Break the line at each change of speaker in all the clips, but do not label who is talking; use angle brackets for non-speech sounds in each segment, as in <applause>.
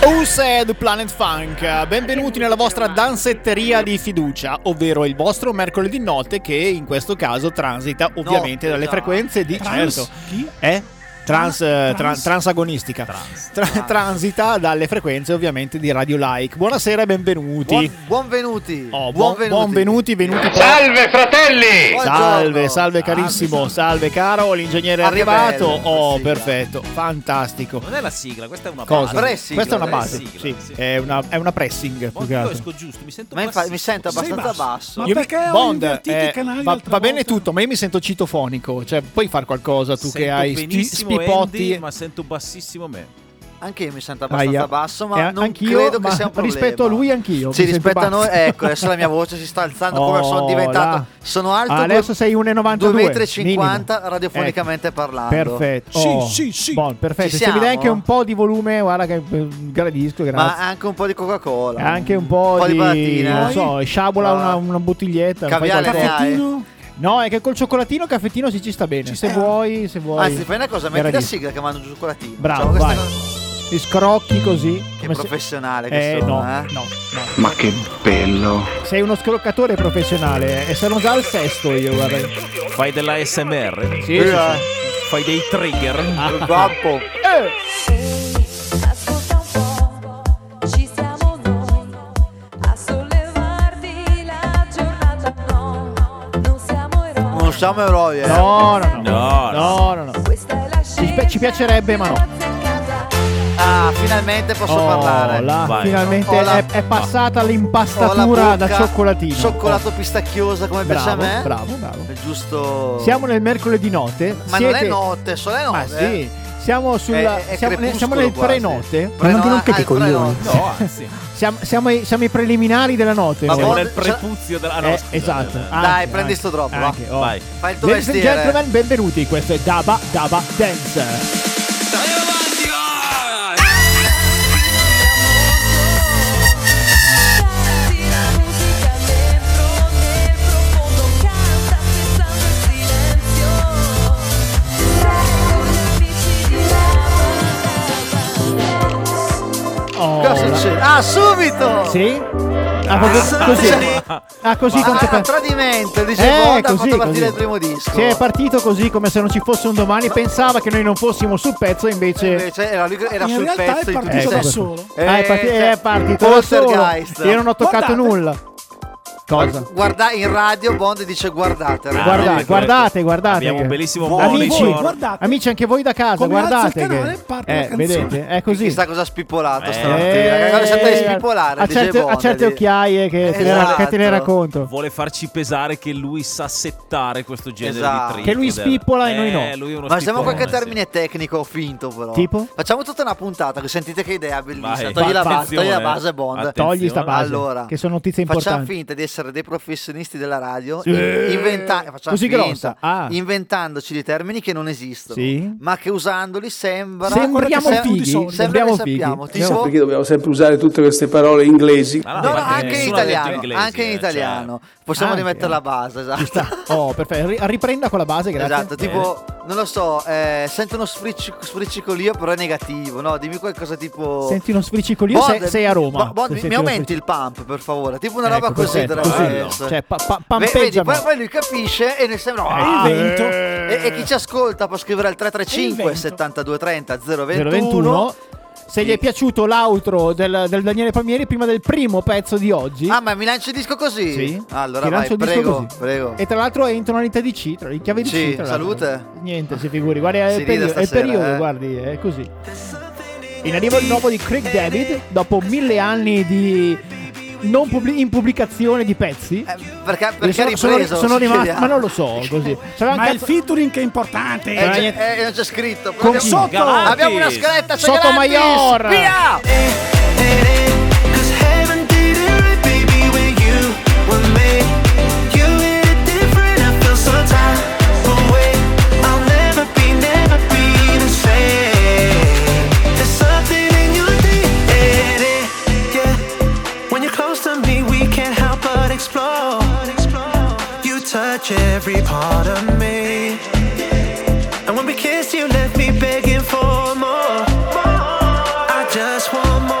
Dance du Planet Funk. Benvenuti nella vostra danzetteria di fiducia, ovvero il vostro mercoledì notte che in questo caso transita ovviamente
Notte,
dalle
già.
frequenze di
Trans-
certo.
chi?
Eh? Trans, eh, tra-
Trans-
transagonistica
Trans.
Tra-
Trans.
transita dalle frequenze ovviamente di Radio Like buonasera e benvenuti
Buon, buonvenuti.
Oh, buon-
buonvenuti.
buonvenuti venuti poi-
Salve fratelli!
Buongiorno.
Eh, Salve, salve carissimo, salve caro, l'ingegnere è
Ah, che
arrivato.
bello,
oh,
sigla.
perfetto, fantastico.
Non è la sigla, questa è una
Cosa?
Pre-
base.
sigla,
Questa è una
pre-
base,
sigla,
sì.
sì.
È, una, è una pressing più che
Io
altro.
esco giusto, mi sento
Ma infatti mi sento
bassissimo.
abbastanza basso.
Ma
Io-
perché ho
Bond,
invertito
eh,
i canali
va,
l'altra
va bene
volta?
tutto, ma io mi sento citofonico, cioè puoi far qualcosa tu che
Sento
hai sti,
benissimo
spipotti.
Andy, ma sento bassissimo me.
Anche io mi sento abbastanza
Aia.
basso,
Eh,
ma non
anch'io,
credo
ma
che sia un problema.
rispetto a lui anch'io,
Sì,
mi sento
rispetto a noi,
basso.
ecco, adesso la mia voce si sta alzando come sono
Oh,
diventato.
là. Ah,
Sono alto
Adesso
due-
sei 1,92
2,50
minimo. Ecco.
radiofonicamente parlando.
Perfetto.
Sì,
Oh,
sì, sì.
Bon, perfetto.
Ci
Se mi dai
siamo?
anche un po' di volume, guarda che eh, gradisco, grazie.
Ma anche un po' di Coca-Cola.
anche un po' di,
patatina.
non so, sciabola
Ah.
una, una bottiglietta, fai
Caviale
qualcosa.
ne hai?
Caffettino?
No, è che col cioccolatino il caffettino si ci sta bene. se vuoi, se vuoi.
Anzi, Ah, fai una cosa, metti la
Gradisco.
sigla che mando giù con la team.
Bravo,
Facciamo
vai.
questa
Ti scrocchi così.
cosa- Che
come se-
professionale che
Eh, no,
sono, eh.
no, no.
Ma che bello!
Sei uno scroccatore professionale eh, e sono già al sesto io, guarda.
Fai della SMR?
Sì,
Eh,
sì,
Fai dei trigger?
il guappo.
sì. Eh,
Ascolta un po', ci siamo noi a sollevarti la giornata. No, non siamo eroi.
Non siamo eroi, eh.
No, no, no.
No,
no, no, no.
Questa è la scelta.
ci piacerebbe, ma no.
Ah, finalmente posso
Oh,
parlare.
là,
Vai.
finalmente
Ho la-
è, è passata
Ho la
l'impastatura da
bocca
cioccolatino.
Cioccolato pistacchiosa come
Oh,
piace a
bravo,
me.
bravo, bravo.
È giusto.
Siamo nel mercoledì notte.
Ma non
siete-
è notte, sono le
Ma
nove. eh.
sì, siamo, sulla,
È- è
siamo, nel, siamo
crepuscolo
nel
quasi.
prenotte.
Pre-
non ti
no,
rompete
ah,
i coglioni.
pre-notte.
No, <laughs> anzi.
Siamo, siamo ai, siamo ai preliminari della notte.
Ma
noi.
Siamo
Bond-
nel prepuzio della... Ah, no,
Eh,
scusa.
esatto.
Eh,
Anche,
Dai, prendi
anche,
sto troppo, va.
anche, oh.
Vai.
Fai il tuo
Ladies and
mestiere.
gentlemen, benvenuti. Questo è Daba Daba Dance. Oh,
Cosa succede? Ah, subito!
Sì? Ah, proprio
Ah,
così.
sì.
Ah, così
Ah,
quanto
a
per-
tradimento, dice
Eh,
Bond, ha
così,
fatto
così.
partire il primo disco.
Si è partito così come se non ci fosse un domani. Pensava che noi non fossimo sul pezzo, invece.
Invece era, lui- era
In
sul
realtà è
pezzo di tutti i
partito
Ecco.
da
sensi.
solo.
Eh,
Ah, è, parti-
cioè,
è partito da solo.
Poltergeist.
Io non ho toccato
Guardate.
nulla. Cosa?
Guarda, in radio Bond dice guardate.
Ah,
Guardate,
ecco, ecco.
guardate, guardate.
Abbiamo un bellissimo
Voi, amici,
monitor.
guardate.
amici, anche voi da casa,
Come alza
guardate.
il canale,
che-
parte la
eh,
canzone.
vedete, è così.
Chissà cosa ha spippolato
Eh.
stamattina.
Eh,
Cosa è stato di
a-
spipolare?
a,
dice
certe, a
Bond,
certe
di-
occhiaie che, te, ne, che te ne
Esatto.
racconto.
Vuole farci pesare che lui sa settare questo genere
Esatto.
di trigger.
Che lui spippola e noi no.
Eh, lui è uno
Ma usiamo
spippolone,
qualche
sì.
termine tecnico finto però.
Tipo?
Facciamo tutta una puntata, che sentite che idea bellissima.
Vai.
Togli la, base,
Attenzione.
togli la base Bond.
Attenzione.
Togli sta base,
Allora,
che sono notizie
facciamo
importanti. Eh.
finta di essere dei professionisti della radio, in- inventa- facciamo
Così
finta,
grossa? Ah.
inventandoci dei termini che non esistono,
Sì.
ma che usandoli sembra
Sembriamo
sem-
fighi,
sembra
sembriamo
che sappiamo,
fighi.
Chissà
tipo
perché dobbiamo sempre usare tutte queste parole inglesi?
Ma
No,
no,
no,
infatti
anche in
nessuno ha detto
italiano,
inglese,
anche in
eh, cioè.
italiano. Possiamo
Anche,
rimettere
eh.
la base, esatto.
Ci
<laughs>
sta. Oh, perfetto. Ri- Riprenda con la base, grazie.
Esatto, tipo, non lo so, eh, sento uno spriccic- spriccicolio però è negativo, no? Dimmi qualcosa tipo...
Senti uno spriccicolio,
Bod-
sei, sei a Roma.
Bo- Bod,
Se
mi- mi
senti uno
aumenti il pump, per favore? Tipo una
Ecco,
roba così.
perfetto,
tra-
così.
eh,
Cioè, pa- pa-
Ve- vedi,
pampeggiano.
poi, poi lui capisce e ne sembra. "Ah!"
Eh, invento.
E, e chi ci ascolta può scrivere al 335
Invento.
72 30 021.
021. Se gli è piaciuto l'outro del, del Daniele Palmieri prima del primo pezzo di oggi.
Ah, ma mi lancio il disco così?
Sì.
Allora,
Ti
vai,
lancio il disco
prego,
così.
prego.
E tra l'altro è in tonalità di C, tra- in chiave di
Sì,
C. tra l'altro.
salute.
Niente, si figuri. Guarda, è
Si
il
ride
periodo, è il
stasera,
periodo,
eh.
guardi, è così. In arrivo il nuovo di Craig David, dopo mille anni di non pubblic- in pubblicazione di pezzi.
Eh, perché perché
sono,
ha
sono-
ripreso?
sono
Ci
rimasto,
chiediamo.
ma non lo so, così. Sarà
Ma
anche-
il featuring che è importante.
Eh,
Ragazzi-
c'è- eh, non c'è scritto.
Con
Abbiamo-
chi?
Sotto.
Galati.
Abbiamo una scaletta c'è
Sotomayor.
gratis. eh, Via!
Every part of me, and when we kissed, you left me begging for more. I just want more.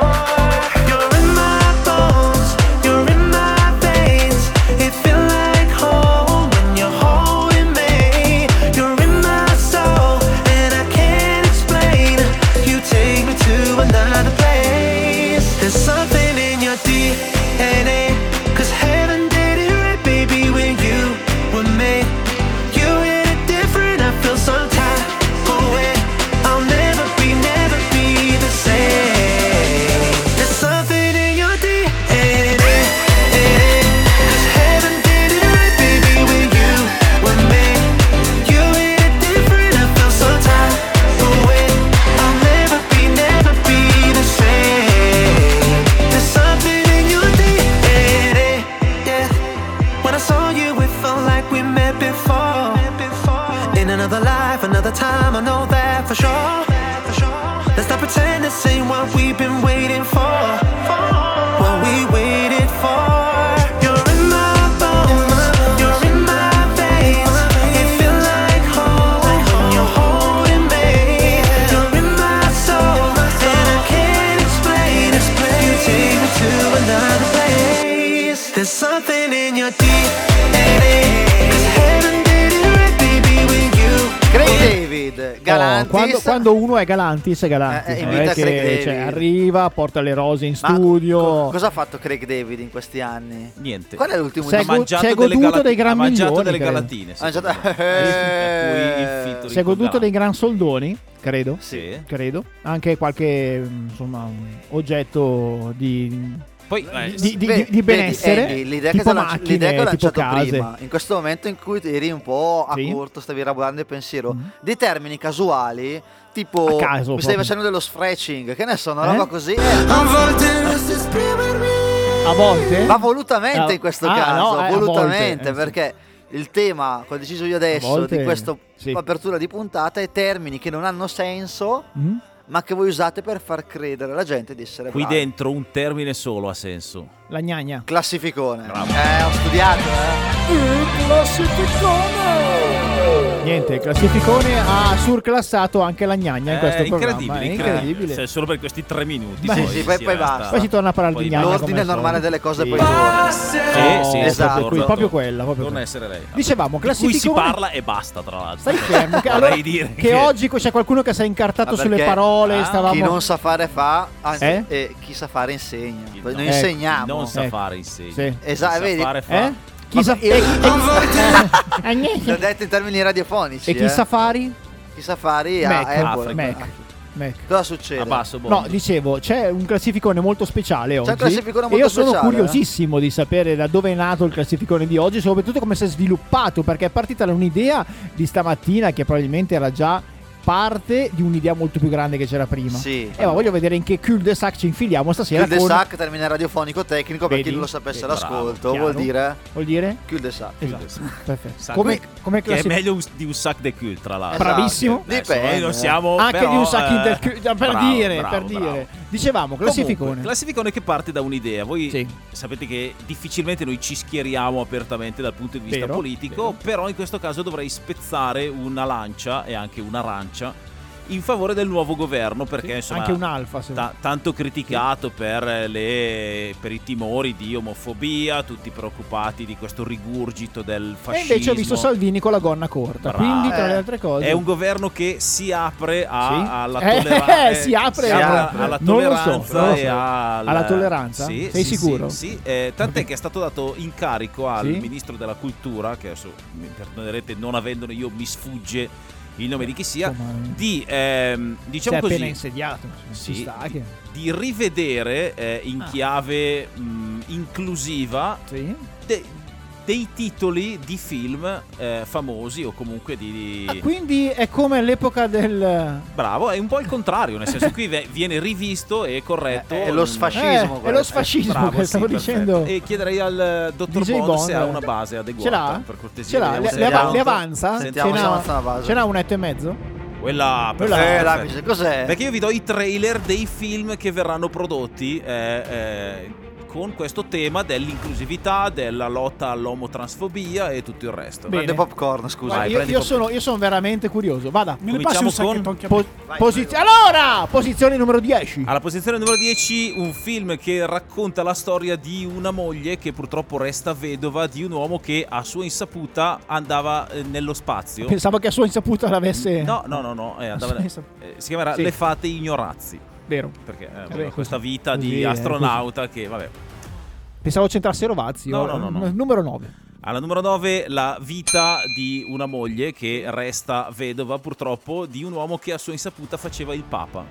In another life, another time, I know that for sure. Let's not pretend this ain't what we've been waiting for. What we waited for. You're in my bones, you're in my veins. It feels like home, you're holding me. You're in my soul, and I can't explain. explain. You take me to another place. There's something in your DNA. 'Cause heaven did it right, baby, with you.
Craig David, Galantis.
Oh, quando, quando uno è Galantis è Galantis
Eh,
non
invita
è che,
Craig David.
cioè, arriva porta le rose in
Ma co-
studio
cosa ha fatto Craig David in questi anni?
Niente.
Qual è l'ultimo
Sei
Ha
go-
disco?
mangiato
si è
delle
goduto
galati-
dei gran
ha mangiato
milioni,
delle
credo.
galatine.
Ha
secondo
mangiato- Eh.
me. Per cui il featuring
si è
con
goduto dei
Galante.
gran soldoni credo
Sì.
credo anche qualche mh, insomma un oggetto di
Poi eh,
<laughs> di, di-
Beh,
di- di
vedi,
benessere
Andy, l'idea, che
tipo
ho lanci-
macchine
l'idea che ho
tipo
lanciato
case
prima, in questo momento in cui eri un po' a
Sì. Mm-hmm.
corto, stavi elaborando il pensiero, dei termini casuali, tipo
A caso,
mi stai
proprio.
facendo dello stretching, che ne so, una
Eh?
roba così, eh,
A volte dovresti esprimermi
a volte
ma volutamente
Ah,
in questo
ah,
caso,
no, eh, a volte,
volutamente,
eh, sì.
perché il tema che ho deciso io adesso
volte,
di questa
sì.
apertura di puntata è termini che non hanno senso,
Mm?
ma che voi usate per far credere alla gente di essere
qui
bravi.
dentro un termine solo ha senso.
la gnagna
Classificone. Eh, ho studiato, eh.
niente il classificone ha surclassato anche la gnagna in
Eh,
questo programma
incredibile,
è
incredibile.
incredibile
Cioè, solo per questi tre
Beh,
minuti. poi,
sì, poi-
si
poi
resta-
basta.
poi si torna a parlare di
Poi-
gnagna come
L'ordine
al solito.
normale delle cose
Sì.
poi torna.
Sì, sì,
esatto,
qui- proprio quella, proprio Diciamo,
Non
quella.
essere lei.
Dicevamo, classificone-
Qui si parla e basta, tra l'altro.
Stai
<laughs>
fermo, che,
Vorrei
allora-
dire
che
che-
oggi c'è qualcuno che si è incartato
Ma
sulle
perché?
parole.
Ah,
stavamo...
Chi non sa fare fa, anzi,
Eh?
e chi sa fare insegna.
Chi
Noi
no.
insegniamo.
Non sa
Ecco.
fare insegna.
Sì.
Esatto,
Sa
vedi?
fare fa.
Eh? Chi Eh, sa...
io-
e- <laughs> e-
L'ho
e-
detto in termini radiofonici.
E chi
eh.
sa fare?
Chi sa fare a
Mac.
Apple.
Mac.
Ah,
Mac.
Cosa succede?
A basso Bondi.
No, dicevo, c'è un classificone molto speciale oggi.
classificone
e io
molto
sono
speciale, eh?
curiosissimo di sapere da dove è nato il classificone di oggi, soprattutto come si è sviluppato, perché è partita da un'idea di stamattina che probabilmente era già parte di un'idea molto più grande che c'era prima.
Sì.
E ma voglil- voglio vedere in che cul de sac ci infiliamo stasera.
Cul de
con-
sac, termine radiofonico tecnico, per
Vedi?
chi non lo sapesse
Vedi,
all'ascolto,
bravo,
vuol
chiaro.
dire
Vuol dire?
cul de sac.
Esatto, perfetto.
Sac-
Come,
che-
come
che è
classific-
meglio un- di un sac de cul, tra l'altro.
Esatto. Bravissimo.
Adesso
Dipende.
Noi non siamo
anche
però,
di un sacchi
eh,
del cul- per
bravo,
dire,
bravo,
per dire.
bravo.
Dicevamo, classificone.
Comunque, classificone che parte da un'idea. Voi
Sì.
sapete che difficilmente noi ci schieriamo apertamente dal punto di vista
Vero,
politico, però in questo caso dovrei spezzare una lancia e anche un'arancia in favore del nuovo governo perché insomma
anche un alfa, se
ta- tanto criticato per, eh, le- per i timori di omofobia, tutti preoccupati di questo rigurgito del
E
fascismo.
invece ho visto Salvini con la gonna corta.
Bravo.
Quindi, tra le
Eh,
altre cose,
È un governo che si apre a-
Sì?
alla
Eh, <laughs>
tolleranza.
si apre
a-
alla
non lo so,
tolleranza.
non lo so.
e al-
Alla tolleranza?
Sì,
Sei
sì,
sicuro?
Sì, sì. Eh, tant'è che è stato dato incarico al
Sì?
ministro della cultura, che adesso mi perdonerete non avendolo io, mi sfugge il nome di chi sia,
Insomma,
di, ehm,
si è
diciamo
appena
così,
insediato. insomma,
Sì.
ci sta che-
di rivedere eh, in
Ah.
chiave mh, inclusiva
Sì.
de- dei titoli di film eh, famosi o comunque di...
Ah, quindi è come all'epoca del. eh,
Bravo, è un po' il contrario, nel senso qui ve- viene rivisto e corretto.
Eh, è lo
Mm,
sfascismo,
Eh, è lo
questo.
sfascismo
bravo,
che
sì,
stavo
perfetto.
dicendo.
E chiederei al eh, dottor
DJ
Bond, se ha
Bond.
una base adeguata.
Ce l'ha?
Per
Ce
cortesia.
l'ha?
vediamo
Le,
se
le
è
av-
pronto.
le avanza?
Sentiamo
ce
se avanza
n'ha,
la base.
ce n'ha un etto e mezzo?
Quella,
Quella-
perfetto,
Eh, la-
perfetto.
cos'è?
Perché io vi do i trailer dei film che verranno prodotti eh, eh, con questo tema dell'inclusività, della lotta all'omotransfobia e tutto il resto.
Bene.
Prende popcorn, scusa.
Guarda,
Vai,
io,
prendi
io
pop-
sono, io sono veramente curioso. Vada.
Me ne passi un
Cominciamo
sacchetto
con-
anche a
Po-
me?
posiz- allora, posizione numero 10.
Alla posizione numero 10 un film che racconta la storia di una moglie che purtroppo resta vedova di un uomo che a sua insaputa andava eh, nello spazio.
Pensavo che a sua insaputa l'avesse.
No, no, no, no, eh, andava-
Ah, sì.
eh, si chiamerà
Sì.
Le fate ignorazzi,
Vero.
perché eh,
Vabbè, così-
questa vita
così,
di
eh,
astronauta che, vabbè.
Pensavo c'entrasse Rovazzi.
No,
ora-
no, no, no.
Numero 9.
Alla numero 9 la vita di una moglie che resta vedova purtroppo di un uomo che a sua insaputa faceva il papa.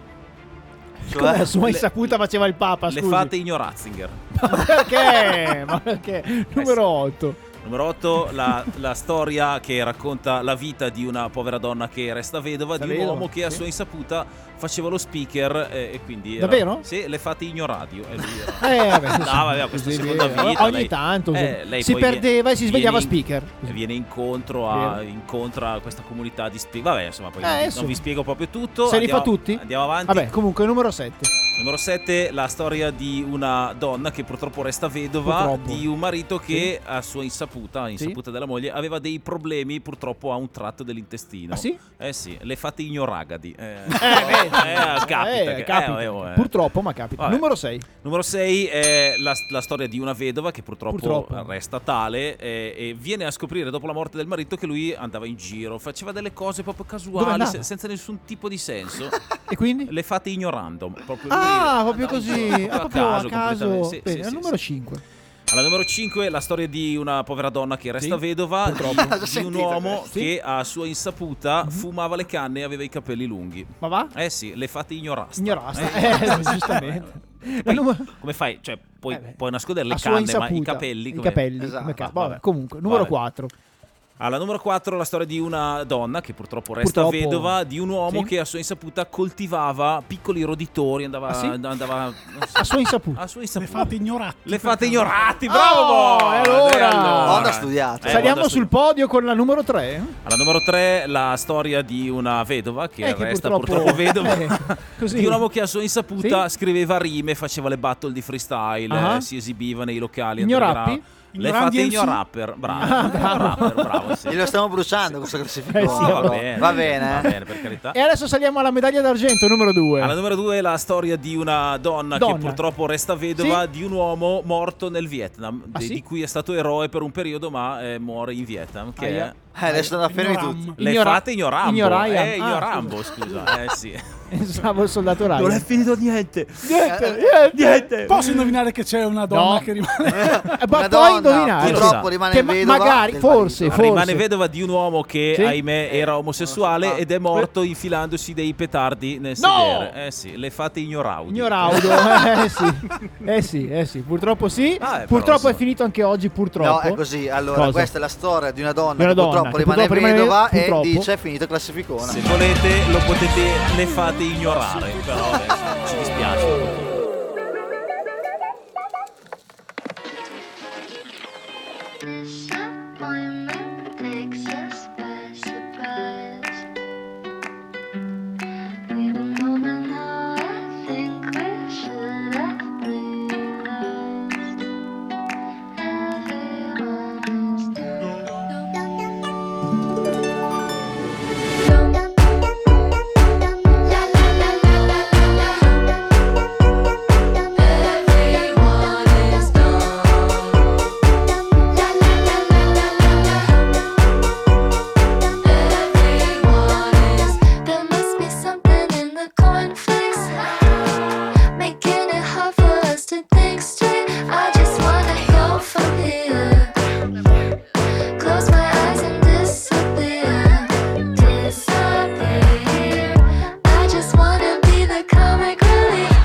Come a
Cioè,
sua
le-
insaputa faceva il Papa,
Le
scusi. <laughs>
fate ignorazzinger.
Ma perché? Ma perché? Numero 8.
Numero 8, la, la storia che racconta la vita di una povera donna che resta vedova, di un
Vedova,
uomo che a
sì.
sua insaputa faceva lo speaker eh, e quindi... era-
Davvero?
Sì, le fate ignoradio. E lui
<laughs>
era-
Eh, vabbè, sì, sì.
Andava, aveva questa
Così
seconda
via.
vita.
Ogni
lei-
tanto sì.
eh, lei
si
poi
perdeva e si
viene
svegliava
in-
speaker.
e viene incontro a,
Vero.
incontra questa comunità di speaker. Vabbè, insomma, poi
Eh,
non vi- non,
insomma.
vi spiego proprio tutto.
Se li fa
Andiamo-
tutti?
Andiamo avanti.
Vabbè, comunque numero 7.
Numero 7, la storia di una donna che purtroppo resta vedova
Purtroppo.
di un marito che a sua insaputa, a insaputa della moglie, aveva dei problemi purtroppo a un tratto dell'intestino.
Ah sì?
Eh sì, le fate ignoragadi. Eh,
vedi.
eh, capita.
Eh,
che- eh,
capita.
eh, eh.
Purtroppo, ma capita.
Vabbè.
Numero 6.
Numero 6 è la, la storia di una vedova che purtroppo,
Purtroppo.
resta tale eh, e viene a scoprire dopo la morte del marito che lui andava in giro, faceva delle cose proprio
Dove
casuali,
andava?
se- senza nessun tipo
<laughs>
di senso.
E quindi?
le fate ignorando. Proprio lui
Ah,
andava
proprio
in
così.
giro,
Ah, proprio a caso.
completamente. Sì,
Bene,
sì,
al
sì,
numero
sì.
5.
Alla numero 5 la storia di una povera donna che resta
Sì,
vedova, di,
purtroppo. <laughs>
di un
sentito
uomo
questo.
che a sua insaputa
Mhm.
fumava le canne e aveva i capelli lunghi.
Ma va?
Eh sì, le fate ignorasta.
Ignorasta. Eh, <laughs> giustamente.
<laughs> Poi,
La numero-
Come fai? Cioè, puoi,
Eh beh.
puoi nascodere le
A sua
canne, ma i
insaputa.
capelli...
I
come-
capelli.
Esatto.
come cazzo.
Vabbè.
Vabbè, comunque, numero
Vabbè.
4.
Alla numero 4 la storia di una donna che purtroppo resta
Purtroppo.
vedova di un uomo
Sì.
che a sua insaputa coltivava piccoli roditori, andava...
Ah, sì?
andava
A sua insaputa.
a sua insaputa.
fate ignorati.
Ah, Le fate ignorati, bravo!
Oh,
Bob!
e allora?
E
Onda studiata.
<laughs> Eh,
Saliamo
onda
sul
studiata.
podio con la numero 3.
Alla numero 3 la storia di una vedova
Eh,
che resta purtroppo, vedova.
<laughs> così.
Di un uomo che a sua insaputa scriveva rime, faceva le battle di freestyle,
Ah.
eh, si esibiva nei locali.
Ignorappi?
underground. Le
Ignoranti
fate
MC?
ignorapper, bravo. Ignorapper, bravo, sì.
Glielo stiamo bruciando questo classificone.
Ah, Eh sì,
No, va
però.
bene,
va bene.
va
eh.
bene, per carità.
E adesso saliamo alla medaglia d'argento, numero 2.
Alla numero 2 la storia di una donna,
Donna.
che purtroppo resta vedova
Sì.
di un uomo morto nel Vietnam,
Ah,
de-
sì?
di cui è stato eroe per un periodo ma eh, muore in Vietnam, che
Aia.
è
Eh, adesso sono fermi tutti.
Le
Ignora-
fate ignorambo.
Ignoraia.
Eh,
Ah,
ignorambo, scusa. Eh sì.
<laughs> Pensavo il soldato Ryan. Eh,
finito niente.
Eh,
Niente, niente.
Posso indovinare che c'è una donna
No.
che rimane...
Eh, Ma puoi
Una donna,
indovinare.
purtroppo
Sì.
rimane
Che ma-
vedova
Magari,
del
forse, forse.
Rimane vedova di un uomo che,
Sì.
ahimè, era omosessuale
Eh.
ed è morto infilandosi dei petardi nel
No!
sedere. Eh sì, le fate ignoraudi.
<laughs> Ignoraudo, eh sì. Eh sì, eh sì, purtroppo sì.
Ah, eh, però,
purtroppo
insomma.
è finito anche oggi, purtroppo.
No, è così. Allora,
Cosa?
questa è la storia di una donna
Di una
che
donna
purtroppo
che
rimane
purtroppo rimane
vedova
purtroppo.
e dice è finito il classificone.
<laughs> Se volete, lo potete, le fate ignorare. Però adesso ci dispiace.
Disappointment makes us by surprise. We were moving now, I think we should have realized. Everyone is There must be something in the cornflakes Making it hard for us to think straight I just wanna go from here Close my eyes and disappear Disappear I just wanna be the comic relief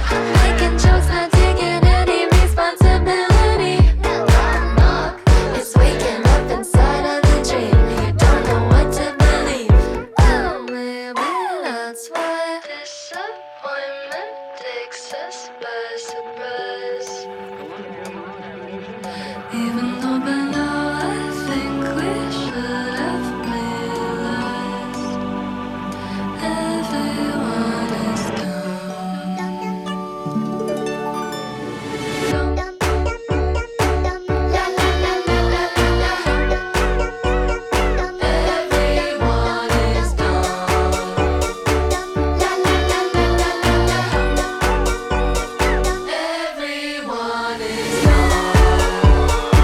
Making jokes, not taking any responsibility Knock, knock It's waking up inside of the dream You don't know what to believe Oh maybe that's why Disappointment takes us by surprise even though by now I think we should have realized everyone is gone. Everyone is gone. Everyone is gone.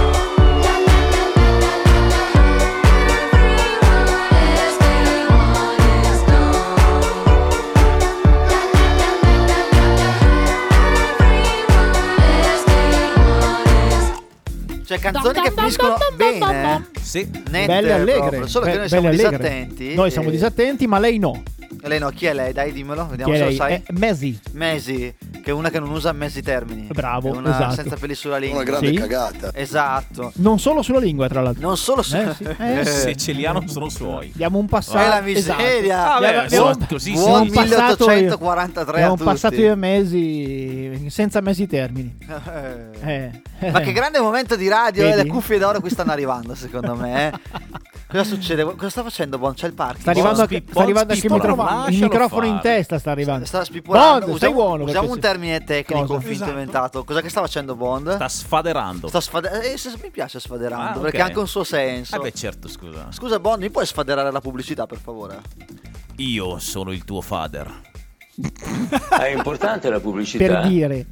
Cioè, canzoni che finiscono bene.
Sì.
Nette
Belle allegre.
proprio, Solo che
be-
noi siamo
belle allegre.
disattenti. Eh,
Noi siamo
e-
disattenti, ma lei no.
e Lei no, chi è lei? Dai, dimmelo. Vediamo
Chi è
se
lei? Eh,
lo sai.
È Messi.
Mesi, che Che è una che non usa mezzi termini.
Bravo,
È una
esatto.
senza peli sulla lingua.
Una grande
Sì.
cagata.
Esatto.
Non solo sulla lingua, tra l'altro.
Non solo su... <laughs> Cioè,
Eh, sì. Eh,
Se ce li hanno sono suoi.
Diamo un Esatto. passaggio.
È la miseria.
Ah, beh,
Abbiamo-
insomma,
abbiamo-
così
abbiamo
Buon
siamo
passato io-
1843 a
Abbiamo
tutti.
passato io mesi senza mesi termini.
Eh.
Eh.
Ma che grande momento di radio, eh,
Vedi?
le cuffie d'oro qui stanno arrivando secondo
<laughs>
me. eh. Cosa succede? Cosa sta facendo Bon? C'è il parking?
Sta arrivando,
Buon
sta arrivando anche il
spippola,
microfono, il
lascialo
microfono in
fare.
testa. Sta arrivando.
Sta spipolando.
Bond, stai
usiamo
buono.
usiamo
perché
un
se-
termine tecnico,
Cosa?
un finto
Esatto.
inventato. Cosa che sta facendo Bond?
Sta sfaderando.
Sta sfade- eh, se- mi piace sfaderando
Ah, ok.
perché ha anche un suo senso.
Ah,
Eh beh, certo, scusa.
Scusa Bond, mi puoi sfaderare la pubblicità per favore?
Io sono il tuo father.
È importante la pubblicità.
per dire.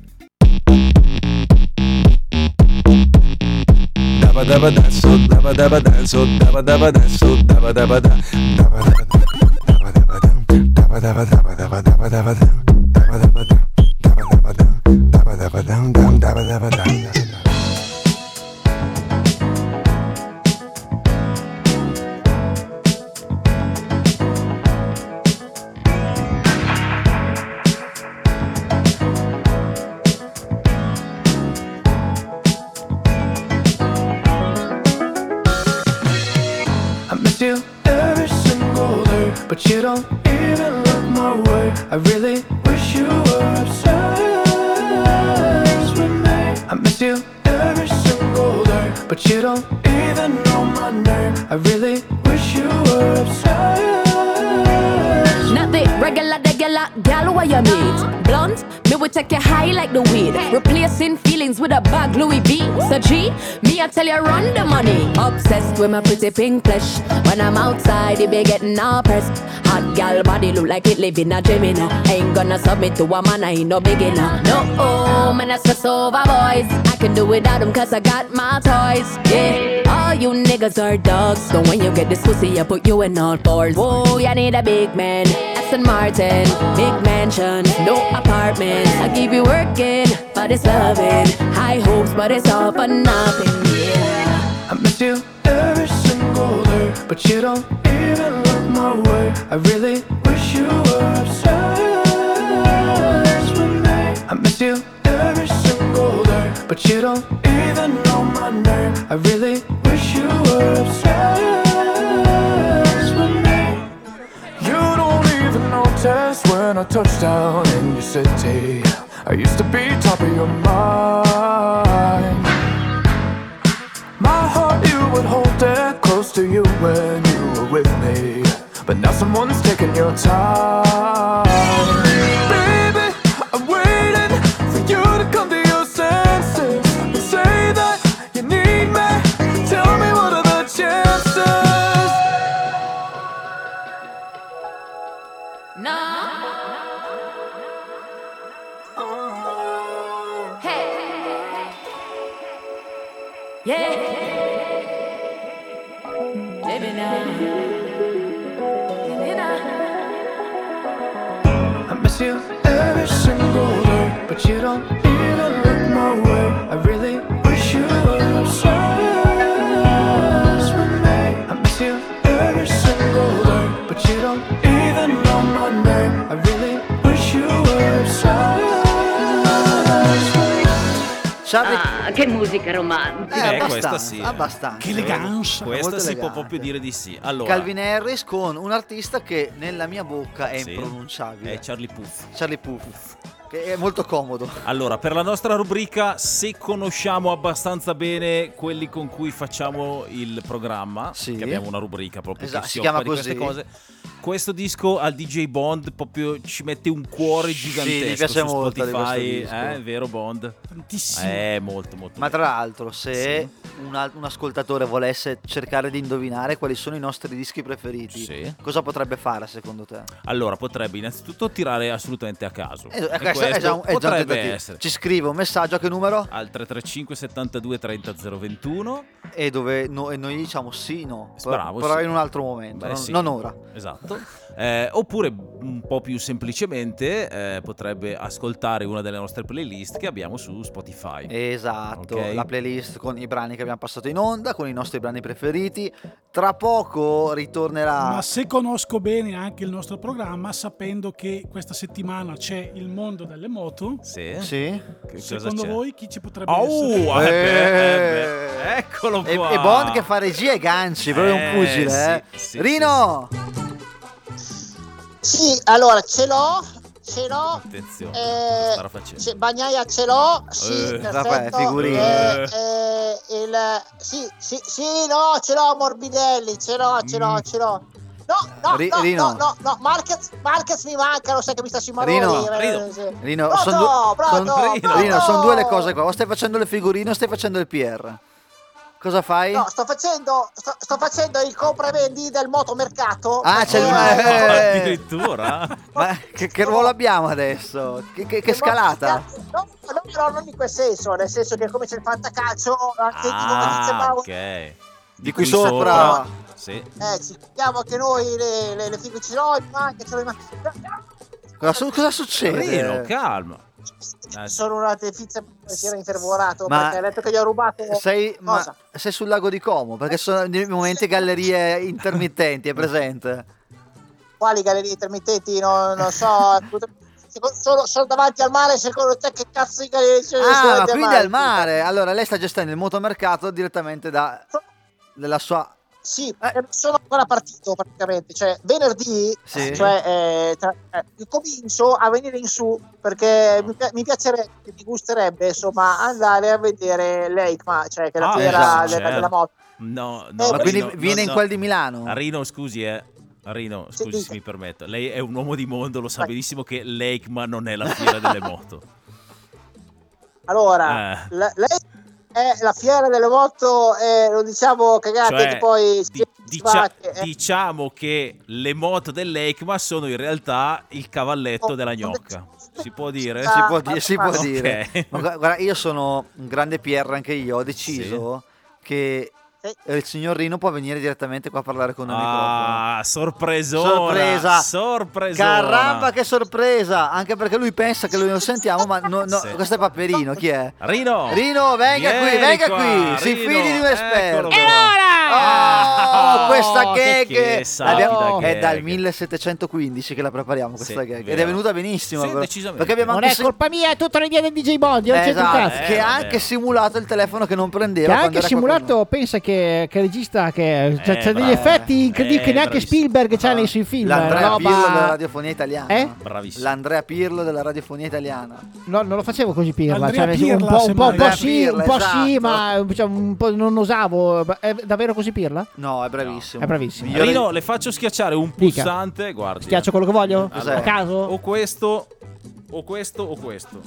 I miss you every single day, but you don't even look my way. I really wish you were obsessed with me. I miss you every single day, but you don't even know my name. I really wish you were obsessed.
Not the regular, regular gal where you meet. Blunt, me will take you high like the weed. Replacing feelings with a bag Louis V. So G, me I tell you run the money. Obsessed with my pretty pink flesh. When I'm outside, it be getting all pressed. Hot gal body look like it live in a dream. you know. Ain't gonna submit to a man, I ain't no beginner. No, oh, man, I stress over boys. I can do without them cause I got my toys. Yeah, all you niggas are dogs. So when you get this pussy, I put you in all fours. Whoa, you need a big man. Aston Martin, big mansion, no apartment. I keep you working, but it's loving. High hopes, but it's all for nothing. Yeah.
I miss you every single day, but you don't even look my way. I really wish you were obsessed with me. I miss you every single day, but you don't even know my name. I really wish you were obsessed with me. You don't even notice when I touch down in your city. I used to be top of your mind. My heart, you would hold it close to you when you were with me. But now someone's taking your time. Baby, I'm waiting for you to come to your senses and say that you need me. Tell me what are the chances?
No. Hey. Yeah. Baby now. Baby now.
I miss you every single day, but you don't even look my way. I really wish you were obsessed with me. I miss you every single day, but you don't even know my name. I really wish you were obsessed with me.
Charlie
Ah, che musica romantica.
Eh,
Eh,
abbastanza,
questa sì.
abbastanza.
Che eleganza.
Questa
molto
si può
elegante.
proprio dire di sì. Allora,
Calvin Harris con un artista che nella mia bocca è
sì.
impronunciabile.
È Charlie Puth.
Charlie Puth. Che è molto comodo.
Allora, per la nostra rubrica, se conosciamo abbastanza bene quelli con cui facciamo il programma,
Sì.
che abbiamo una rubrica proprio
Esatto,
che si,
si
occupa
chiama
di queste
così.
cose, questo disco al DJ Bond proprio ci mette un cuore
Sì,
gigantesco
gli piace
su
molto di questo
Spotify,
disco.
eh, è vero Bond?
Tantissimo.
Eh, molto molto.
Ma
bello.
tra l'altro, se un, al- un ascoltatore volesse cercare di indovinare quali sono i nostri dischi preferiti,
Sì.
cosa potrebbe fare secondo te?
Allora, potrebbe innanzitutto tirare assolutamente a caso.
Eh, eh,
E
questo è già un- è già un
potrebbe
tentativo.
essere.
Ci scrive un messaggio a che numero?
Al 335 72 30 021
E dove no- e noi diciamo sì, no. Però-
Bravo,
però
sì.
in un altro momento,
Beh,
non,
sì.
non ora.
Esatto. Eh, oppure un po' più semplicemente eh, potrebbe ascoltare una delle nostre playlist che abbiamo su Spotify.
Esatto,
Ok.
la playlist con i brani che abbiamo passato in onda con i nostri brani preferiti. Tra poco ritornerà.
Ma se conosco bene anche il nostro programma, sapendo che questa settimana c'è il mondo delle moto,
Sì.
Sì.
Che
secondo
cosa c'è?
voi chi ci potrebbe essere?
Oh, eh beh, eh
Eh.
beh. eccolo
E,
qua.
e Bond che fa regia e ganci, proprio
Eh,
un pugile. eh.
sì, sì,
Rino!
Sì, allora ce l'ho, ce l'ho.
Attenzione, cosa
Eh,
starà facendo?
ce- Bagnaia ce l'ho, sì,
Eh,
vabbè,
perfetto.
figurine.
Eh, eh, il, sì, sì, sì, no, ce l'ho Morbidelli, ce l'ho, ce l'ho, ce l'ho. No, no,
Ri-
no,
Rino.
no, no, no, Marquez, Marquez mi manca, lo sai che mi sta sui maroni.
Rino,
eh,
Rino,
sì.
Rino,
Pronto,
sono due,
pronto,
son-
pronto.
Rino, son due le cose qua. O stai facendo le figurine o stai facendo il PR. Cosa fai?
No, sto facendo, sto, sto facendo il compravendi del motomercato.
Ah, c'è il-
perché-
eh,
No, addirittura?
Ma che, che ruolo abbiamo adesso? Che, che- che scalata?
Ah, No, no, no, non in quel senso, nel senso che come c'è il fantacalcio, eh, anche di Lorenzo
ah,
Mauro,
ok.
Di qui sopra.
Sì.
eh, ci chiamo anche noi le, le, le figure ci sono, anche ce le
Cosa, su- cosa succede?
Rino, calma. Ah, sì.
sono una defizia che si era infervorato
Eh, Ma-
perché ha detto che gli ho rubato
Sei, ma
cosa?
sei sul lago di Como perché sono nei momenti gallerie intermittenti, è presente?
<laughs> quali gallerie intermittenti, non, non so, tutto- <laughs> secondo- solo, solo davanti al mare, secondo te che cazzo di gallerie ci sono
Ah, ma
davanti
quindi al mare. Allora, lei sta gestendo il motomercato direttamente da della sua Eh.
Sì, perché non sono ancora partito praticamente, cioè venerdì
Sì.
cioè, eh, tra- eh, io comincio a venire in su perché mi, pi- mi piacerebbe, mi gusterebbe insomma andare a vedere l'EICMA, cioè che è la
Ah,
fiera
esatto,
della,
certo.
della moto.
No,
Eh,
no,
Ma quindi
Rino,
viene
no,
in
no.
quel di Milano?
Rino, scusi, eh. Rino,
Sì,
scusi se
dica.
mi permetto. Lei è un uomo di mondo, lo sa
Vai.
benissimo che l'EICMA non è la fiera delle moto.
Allora,
Ah,
Eh.
la- l'EICMA è la fiera delle moto, eh, lo diciamo
ah,
cagate
Cioè,
che poi...
di- dicia-
va che- eh,
diciamo che le moto dell'EICMA sono in realtà il cavalletto della gnocca. Si può dire?
Ah,
si può, dire- si può
ok.
<laughs>
dire. Ma gu- guarda, io sono un grande PR anche io, ho deciso che
Sì.
eh, il signor Rino può venire direttamente qua a parlare con noi.
Ah, sorpresona!
Sorpresa!
Sorpresona!
Caramba, che sorpresa! Anche perché lui pensa che
<laughs>
noi lo sentiamo, ma no, no,
Sì. Eh.
questo è Paperino, chi è?
Rino!
Rino, venga
vieni
qui, venga
qua,
qui, si
Rino,
fidi di un
eccolo
esperto.
qua.
Oh,
Ah,
questa gag
che che
l'abbiamo-
sapida
è
gag.
dal 1715 che la prepariamo questa
Sì,
gag ed
vero.
è venuta benissimo
Sì,
però-
decisamente.
perché abbiamo
Non
anche
è
se-
colpa mia, è tutta l'idea del DJ Bond. Io non c'entro un
Esatto,
cazzo.
Eh,
che ha
vabbè.
anche simulato il telefono che non prendeva
Che ha
quando
anche
era
simulato,
qualcuno.
pensa che, che regista che c'è,
Eh,
c'è degli
bravo.
effetti incredibili
Eh,
che neanche
bravissimo.
Spielberg c'ha nei suoi film.
Ah. L'Andrea
roba-
Pirlo della radiofonia italiana.
Eh?
Bravissimo.
L'Andrea Pirlo della radiofonia italiana.
No, non lo facevo così Pirla,
Andrea
cioè, nel senso,
Pirla,
un, po', un po', un po'
semmai.
sì, un
Andrea
po'
Pirla,
sì,
esatto.
ma cioè, un po' non osavo. Ma È davvero così Pirla?
No, è bravissimo.
No, è bravissimo.
Migliore-
Rino, le faccio schiacciare un
Dica.
pulsante, guardi. eh.
Schiaccio quello che voglio?
Cos'è?
A caso?
O questo, o questo, o questo.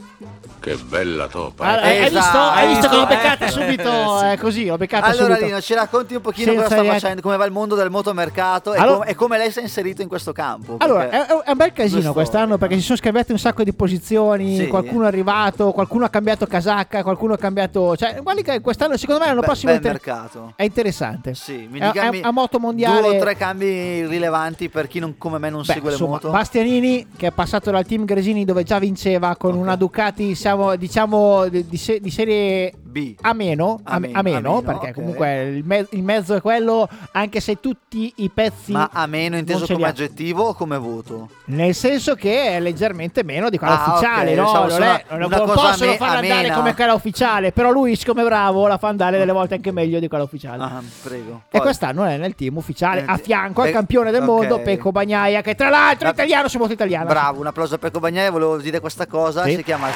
Che bella topa.
Allora, Ah, hai,
Esatto.
visto, hai visto che l'ho beccata
Eh,
subito?
sì.
eh, così, l'ho beccata
Allora
subito.
Rino, ci racconti un pochino
Senza
cosa sta
neanche-
facendo, come va il mondo del motomercato e,
Allora-
come, e come lei si è inserito in questo campo.
Allora,
perché-
è, è un bel casino
Due
quest'anno
storie.
perché si sono scambiate un sacco di posizioni.
Sì.
Qualcuno è arrivato, qualcuno ha cambiato casacca, qualcuno ha cambiato. Cioè, guardi che quest'anno, secondo me, l'anno
Beh,
prossimo
bel
inter-
mercato.
è interessante.
Sì,
È- è-
cambi-
a moto mondiale.
Due o tre cambi rilevanti per chi non, come me non
Beh,
segue
insomma,
le moto.
Bastianini che è passato dal team Gresini dove già vinceva con una Ducati siamo, diciamo di, di se- di serie
B.
a meno, a,
A meno,
a meno,
a meno,
perché
ok.
comunque il, me- il mezzo è quello anche se tutti i pezzi
Ma a meno inteso
non ce li
come
ha.
aggettivo o come voto?
nel senso che è leggermente meno di quella
Ah,
ufficiale
ok,
no?
pensavo
non,
solo
è,
una
non può-
cosa
possono
ame-
farla andare
amena.
come quella ufficiale però lui siccome è bravo la fa andare delle volte anche meglio di quella ufficiale
Ah, prego.
E
Poi-
quest'anno è nel team ufficiale,
Nel
a
te-
fianco al
Pe-
campione del
ok.
mondo, Pecco Bagnaia, che tra l'altro è
Ma-
italiano su moto italiana.
Bravo, un applauso a Pecco Bagnaia, volevo dire questa cosa,
Sì.
si chiama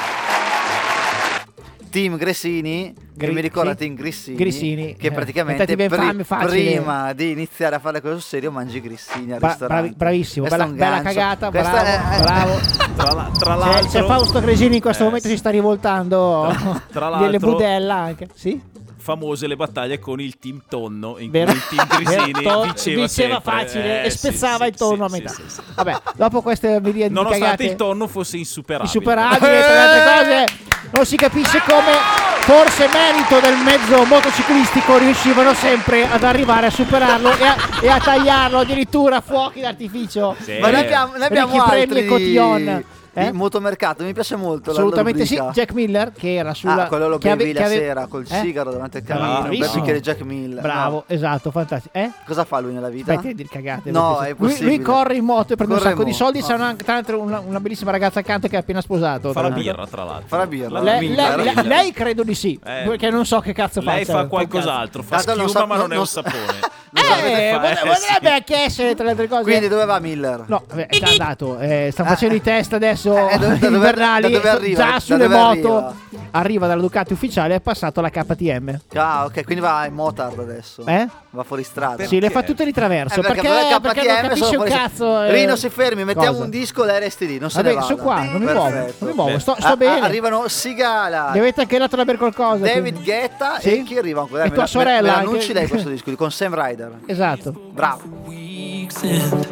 Team Gressini, che
Gri-
mi ricorda
sì.
Team Grissini,
Grissini, eh,
che praticamente
tentative
pri-
infami, facili.
prima di iniziare a fare cose sul serio mangi Grissini al
Bra-
ristorante.
bravi- bravissimo,
Questo
bella,
è un
bella
gancio.
cagata,
Questa
bravo,
è- eh, <laughs>
bravo.
Tra, la- tra
Se-
l'altro...
Se, Fausto Cresini in questo
Eh,
momento
sì.
si sta
<laughs>
rivoltando
Tra- tra l'altro-
delle budella anche, sì?
famose le battaglie con il team Tonno in
Vero.
cui il team
Vero,
Grisini
to-
diceva,
diceva
sempre,
facile
eh,
e
sì,
spezzava
sì,
il tonno
sì,
a metà.
sì, sì, sì.
Vabbè, dopo queste miriadi di
Nonostante
cagate
il Eh! tonno fosse insuperabile.
insuperabili e tra le altre cose non si capisce come forse merito del mezzo motociclistico riuscivano sempre ad arrivare a superarlo e a, e a tagliarlo addirittura a fuochi d'artificio.
Sì.
Ma ne abbiamo, ne abbiamo
Eh, Ricky Premi
altri
e Cotillon. Eh?
Il motomercato, mi piace molto. la
Assolutamente sì.
rubrica.
Jack Miller, che era sulla.
Ah, quello lo
che ave-
bevi la
che ave-
sera col
Eh?
sigaro davanti al
Bravissimo.
canale. Un bel bicchiere Jack Miller.
Bravo,
No.
esatto, fantastico. Eh?
Cosa fa lui nella vita?
Smetti di dire cagate.
No,
perché
è
se- lui,
possibile.
lui corre in moto e prende
Corre
un sacco
in
di
moto,
soldi. C'è
no.
una, tra l'altro una, una bellissima ragazza accanto che è appena sposato.
Fa la
tra l'altro.
birra, tra l'altro.
Fa la birra.
La
Lei,
birra.
lei- lei- lei credo di sì,
Eh.
perché non so che cazzo
Lei
faccia.
fa qualcos'altro, fa
Tanto non
schiuma
sa-
ma non,
non-
è un
non-
sapone.
Eh,
fa-
pot-
eh, <laughs>
potrebbe anche essere tra le altre cose.
Ah. Quindi dove va Miller?
No, vabbè, è già andato. eh, sta facendo i test adesso
Eh, da- da dove-
invernali.
da dove
so-
arriva?
Già
Da
sulle
dove
moto. Arriva?
arriva?
dalla Ducati ufficiale. È passato alla KTM.
Ah, ok, quindi va in motard adesso.
Eh?
Va fuori strada.
Sì, le fa
Perché?
tutte di traverso.
Eh,
perché,
però il
perché
KTM
non
sono
capisce un
fuori-
cazzo. eh.
Rino si fermi, mettiamo
Cosa?
un disco, lei resti lì, non se ne
Vabbè,
vada.
sono qua, non mi muovo.
Perfetto.
Non mi muovo, sto, sto
Ah, ah,
bene.
arrivano Sigala,
Mi avete anche dato da bere qualcosa.
David
quindi-
Guetta
Sì?
e chi arriva ancora?
E
Me
tua
la- me-
sorella
Me,
anche?
la annunci lei questo disco con Sam Ryder.
Esatto.
Bravo.
weeks and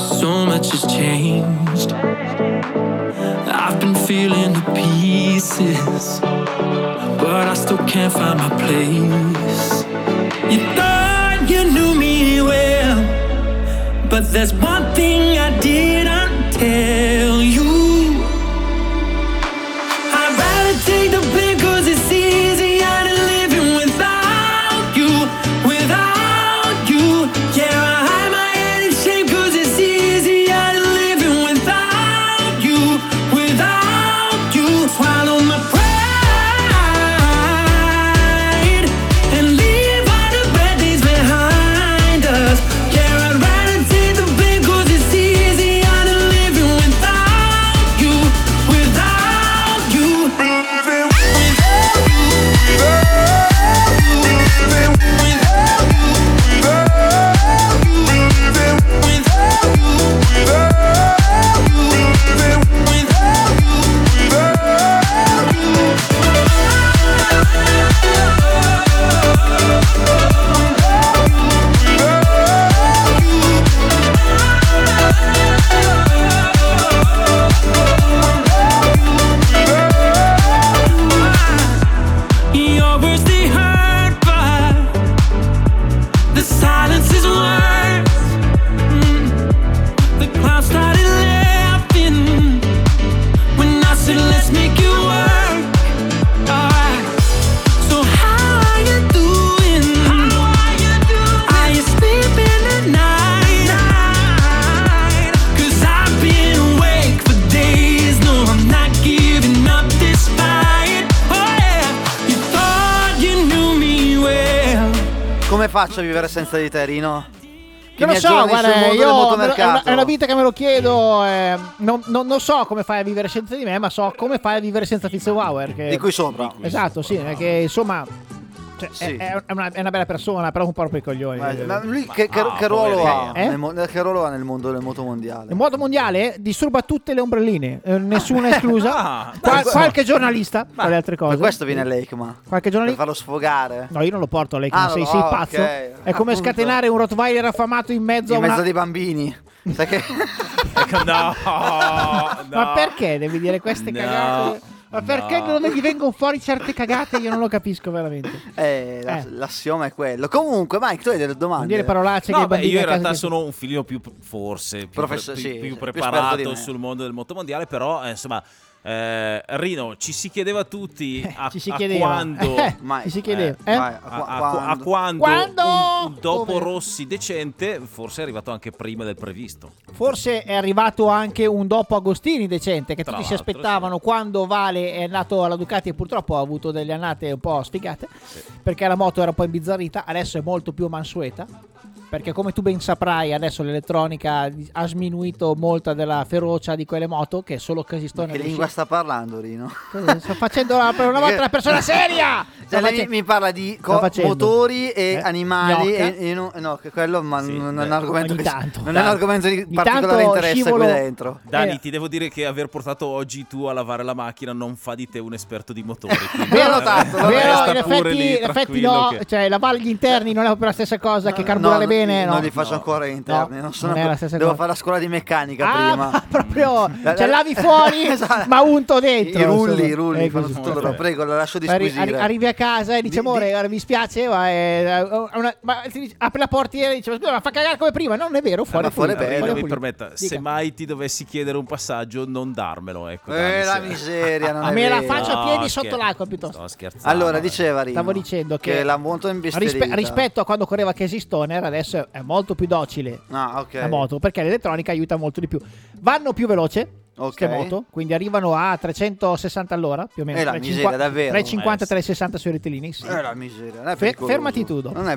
so much has changed. I've been feeling the pieces, but I still can't find my place. You thought you knew me well, but there's one thing I didn't tell you. I'd rather take the blame 'cause it's easier to living without you, without you. Yeah, I hide my head in shame 'cause it's easier to living without you, without you. Swallow my pride and leave all the bad days behind us. Yeah, I'd rather take the blame 'cause it's easier to living without you, without you. Your words they hurt, but the silence is worse. Mm. The clouds started laughing when I said, "Let's make it work." Alright. So how are you doing? Are you sleeping at night? 'Cause I've been awake for days. No, I'm not giving up this fight. Oh yeah, you thought you knew me well.
Come faccio a vivere senza di te, Rino? Che
Non lo
mi
so,
aggiorni sul
guarda,
mondo del
io me lo- è una,
motomercato.
è una vita che me lo chiedo. eh, non, non- non so come fai a vivere senza di me, ma so come fai a vivere senza Fizio Wow.
di cui sopra.
Esatto, sì, perché insomma. cioè, è-
Sì.
è, è una, è una bella persona, però un po' per i coglioni.
Ma,
Eh,
ma lui che, che-
Ah,
che ruolo ha?
poverino.
Nel mo- che ruolo ha nel mondo del motomondiale?
Il modo mondiale disturba tutte le ombrelline, eh, nessuna
<laughs>
esclusa.
Ah,
Qual-
dai,
qualche giornalista, tra le altre cose.
Per questo viene Lakeman.
Qualche
Per
giornalista.
farlo sfogare.
No, io non lo porto a lei,
Ah,
sei,
no,
sei
ah,
pazzo.
ok.
È come
Appunto.
scatenare un Rottweiler affamato in mezzo a
In
una.
mezzo dei bambini.
<laughs>
Sai che... <laughs>
No, no.
Ma perché devi dire queste
No,
cagate? Ma perché
no.
non vi vengono fuori certe cagate? Io non lo capisco veramente.
eh, la-
Eh.
L'assioma è quello. Comunque, Mike, tu hai delle
Non
domande.
dire parolacce Cioè che
No,
i
beh,
bambini
io
a
in
casa
realtà
si-
sono un filino più forse più,
Professor-
pre-
sì,
più- più
più esperto di
preparato
me.
sul mondo del motomondiale, però eh, insomma eh, Rino ci si
<laughs>
chiedeva tutti a,
ci si
a
chiedeva. <laughs>
quando
Eh,
Mai.
ci si chiedeva.
Eh,
eh?
vai, a
a,
qua-
a-
quando?
a quando,
Quando?
un- un dopo
Dove?
Rossi decente forse è arrivato anche prima del previsto.
Forse è arrivato anche un dopo Agostini decente che
Tra
tutti si
l'altro,
aspettavano quando Vale è andato alla Ducati e purtroppo ha avuto delle annate un po' sfigate perché la moto era un po' imbizzarrita, adesso è molto più mansueta perché come tu ben saprai adesso l'elettronica ha sminuito molta della ferocia di quelle moto che solo Casistone
Che lingua sta parlando, Rino?
Cosa- Sto facendo la- per una volta una
<laughs>
persona seria! Sto
Cioè, lei mi,
facendo-
mi parla di
Sta
co-
facendo.
motori e
Eh,
animali.
gnocca.
E, e non- no, che quello ma
Sì,
non è un
beh,
argomento,
ogni
che-
tanto.
non è un argomento di
Ogni
particolare
tanto
interesse
scivolo-
qui dentro.
Dani,
Eh.
ti devo dire che aver portato oggi tu a lavare la macchina non fa di te un esperto di motori.
<laughs>
quindi,
Vero,
notato,
eh,
l'ho
vero,
resta
in
pure
effetti,
lì,
in effetti
tranquillo
no,
che-
cioè lavare gli interni non è proprio la stessa cosa che
No,
carburare
no,
bene, no.
non li faccio ancora in interni.
No,
non sono-
non è la stessa
devo
cosa.
fare la scuola di meccanica
Ah,
prima.
ma <laughs> proprio
<laughs> La-
ce
la-
lavi fuori,
Esatto.
ma unto dentro.
I rulli,
insomma.
i rulli,
È
fanno
così.
tutto loro. Prego, la lascio
Poi arri-
disquisire.
arri- arrivi a casa e dici amore guarda, mi spiace ma, è- è una- ma ti dice- apri la portiera e dici ma scusa ma fa cagare come prima non è vero fuori
Eh, ma fuori
pulito,
è bello.
fuori
mi
pulito.
permetta,
Dica.
se mai ti dovessi chiedere un passaggio, non darmelo. Ecco,
Eh,
dammi
la
se-
miseria, non
Ah,
è
me la
vero.
faccio a piedi sotto
scherzo.
l'acqua piuttosto
Sto scherzando.
Allora,
eh.
diceva Rino
stavo dicendo che,
la moto è imbestialita.
rispe- rispetto a quando correva Casey Stoner adesso è molto più docile
Ah, ok.
la moto perché l'elettronica aiuta molto di più vanno più veloce
Ok.
queste moto quindi arrivano a 360 all'ora più o meno
Eh, la miseria, davvero.
350
Eh, sì.
360 sui rettilini sì.
Eh, la miseria, non è
Fe-
pericoloso.
fermati tu dopo.
Non è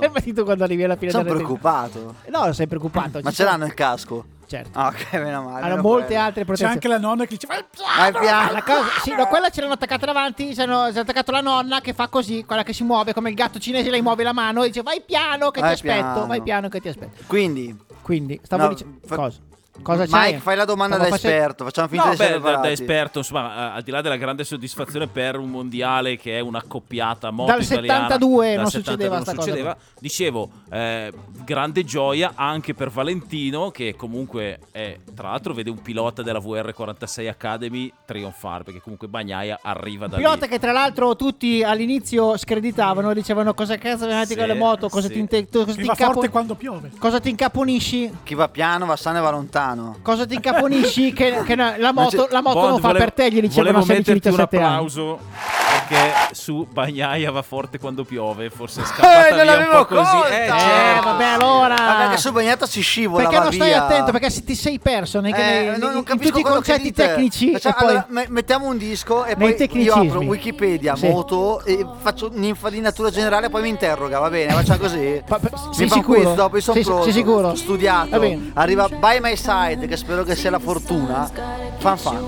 <laughs> è partito quando arrivi alla fine
Sono
della
preoccupato.
no sei preoccupato
Ma
ci
ce
sono-
l'hanno il casco?
certo
Ah, ok, meno male.
hanno
meno
molte
quello.
altre
C'è
protezioni Ah,
anche la nonna che dice: "Vai, pia!"
Vai piano.
La cosa, sì, no, quella ce l'hanno attaccata davanti, ci hanno, ci hanno attaccato la nonna che fa così, quella che si muove come il gatto cinese, lei muove la mano e dice vai piano che
Vai
ti aspetto,
piano.
vai piano che ti aspetto.
Quindi,
Quindi, stavo
No,
dicendo...
fa-
cosa? Cosa
Mike,
c'hai?
fai la domanda
Stavo
da
facendo-
esperto. Facciamo finta
No,
di essere
beh, da, da
preparati.
esperto, insomma, a- al di là della grande soddisfazione per un mondiale che è una coppiata moto
Dal
italiana,
72
dal
non
72
succedeva sta cosa
succedeva. Dicevo, eh, grande gioia anche per Valentino che comunque è, tra l'altro vede un pilota della VR46 Academy trionfare perché comunque Bagnaia arriva da
Pilota
lì.
che tra l'altro tutti all'inizio screditavano, dicevano cosa cazzo venati
Sì,
con le moto, cosa
sì.
ti, inte- cosa
Che
ti
va
incapo-
forte quando piove.
cosa ti incaponisci?
Chi va piano va sano e va lontano.
Cosa ti
<laughs>
incaponisci che, che no- la moto,
c'è-
la moto
Bond,
non fa
volevo-
per te, gli dicevano
volevo
a 16-17
metterti un
anni.
applauso perché su Bagnaia va forte quando
<laughs>
piove, forse è scappata
Eh, non
via un
l'avevo
po' così. Eh,
colta!
Eh,
certo.
vabbè, allora.
Ma perché su Bagnata si scivola,
Ah. Perché
va
non stai
via.
attento? Perché se ti sei perso nei,
Eh,
nei-
non- non
in
capisco
tutti i
quello che
concetti
dite.
tecnici.
Facciamo-
e poi-
allora, me- mettiamo un disco e
Nei
poi io apro
tecnicismi.
Wikipedia,
Sì.
moto e faccio un'infarinatura generale poi mi interroga, va bene? Facciamo così.
<laughs> Pa- pa-
mi
sei
fa un
sicuro?
quiz dopo, io sono
Sei-
pronto.
sei sicuro? Va
Studiato.
bene.
Arriva By My Side, che spero che sia la fortuna. Fan fan.
I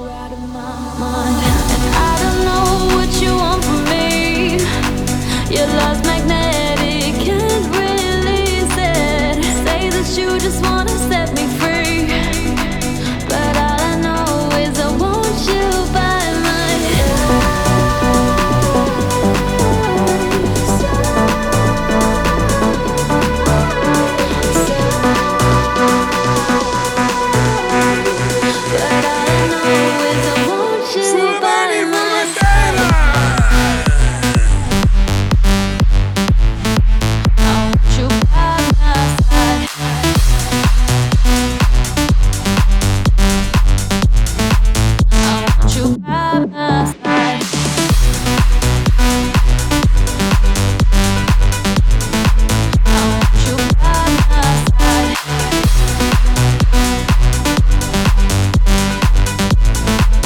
don't know what you want from me. Your love's magnetic, can't release it. Say that you just wanna set me free, but all I know is I want you by my But all I know is I want you by my I want you by my side. I want you by my side. I want you by my side. you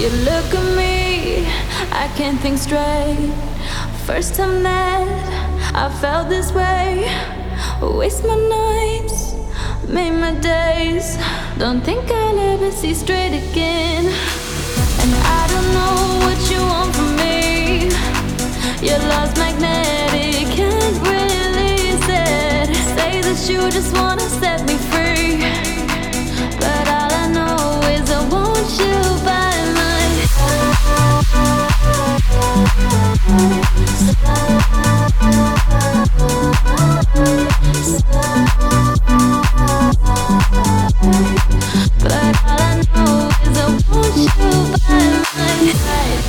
You look at me, I can't think straight. First time that I felt this way. Waste my nights, made my days. Don't think I'll ever see straight again. And I don't know what you want from me. Your love's magnetic, can't release it. Say that you just wanna set me free. But all I know is I want you by my But all I know is I want you by my side.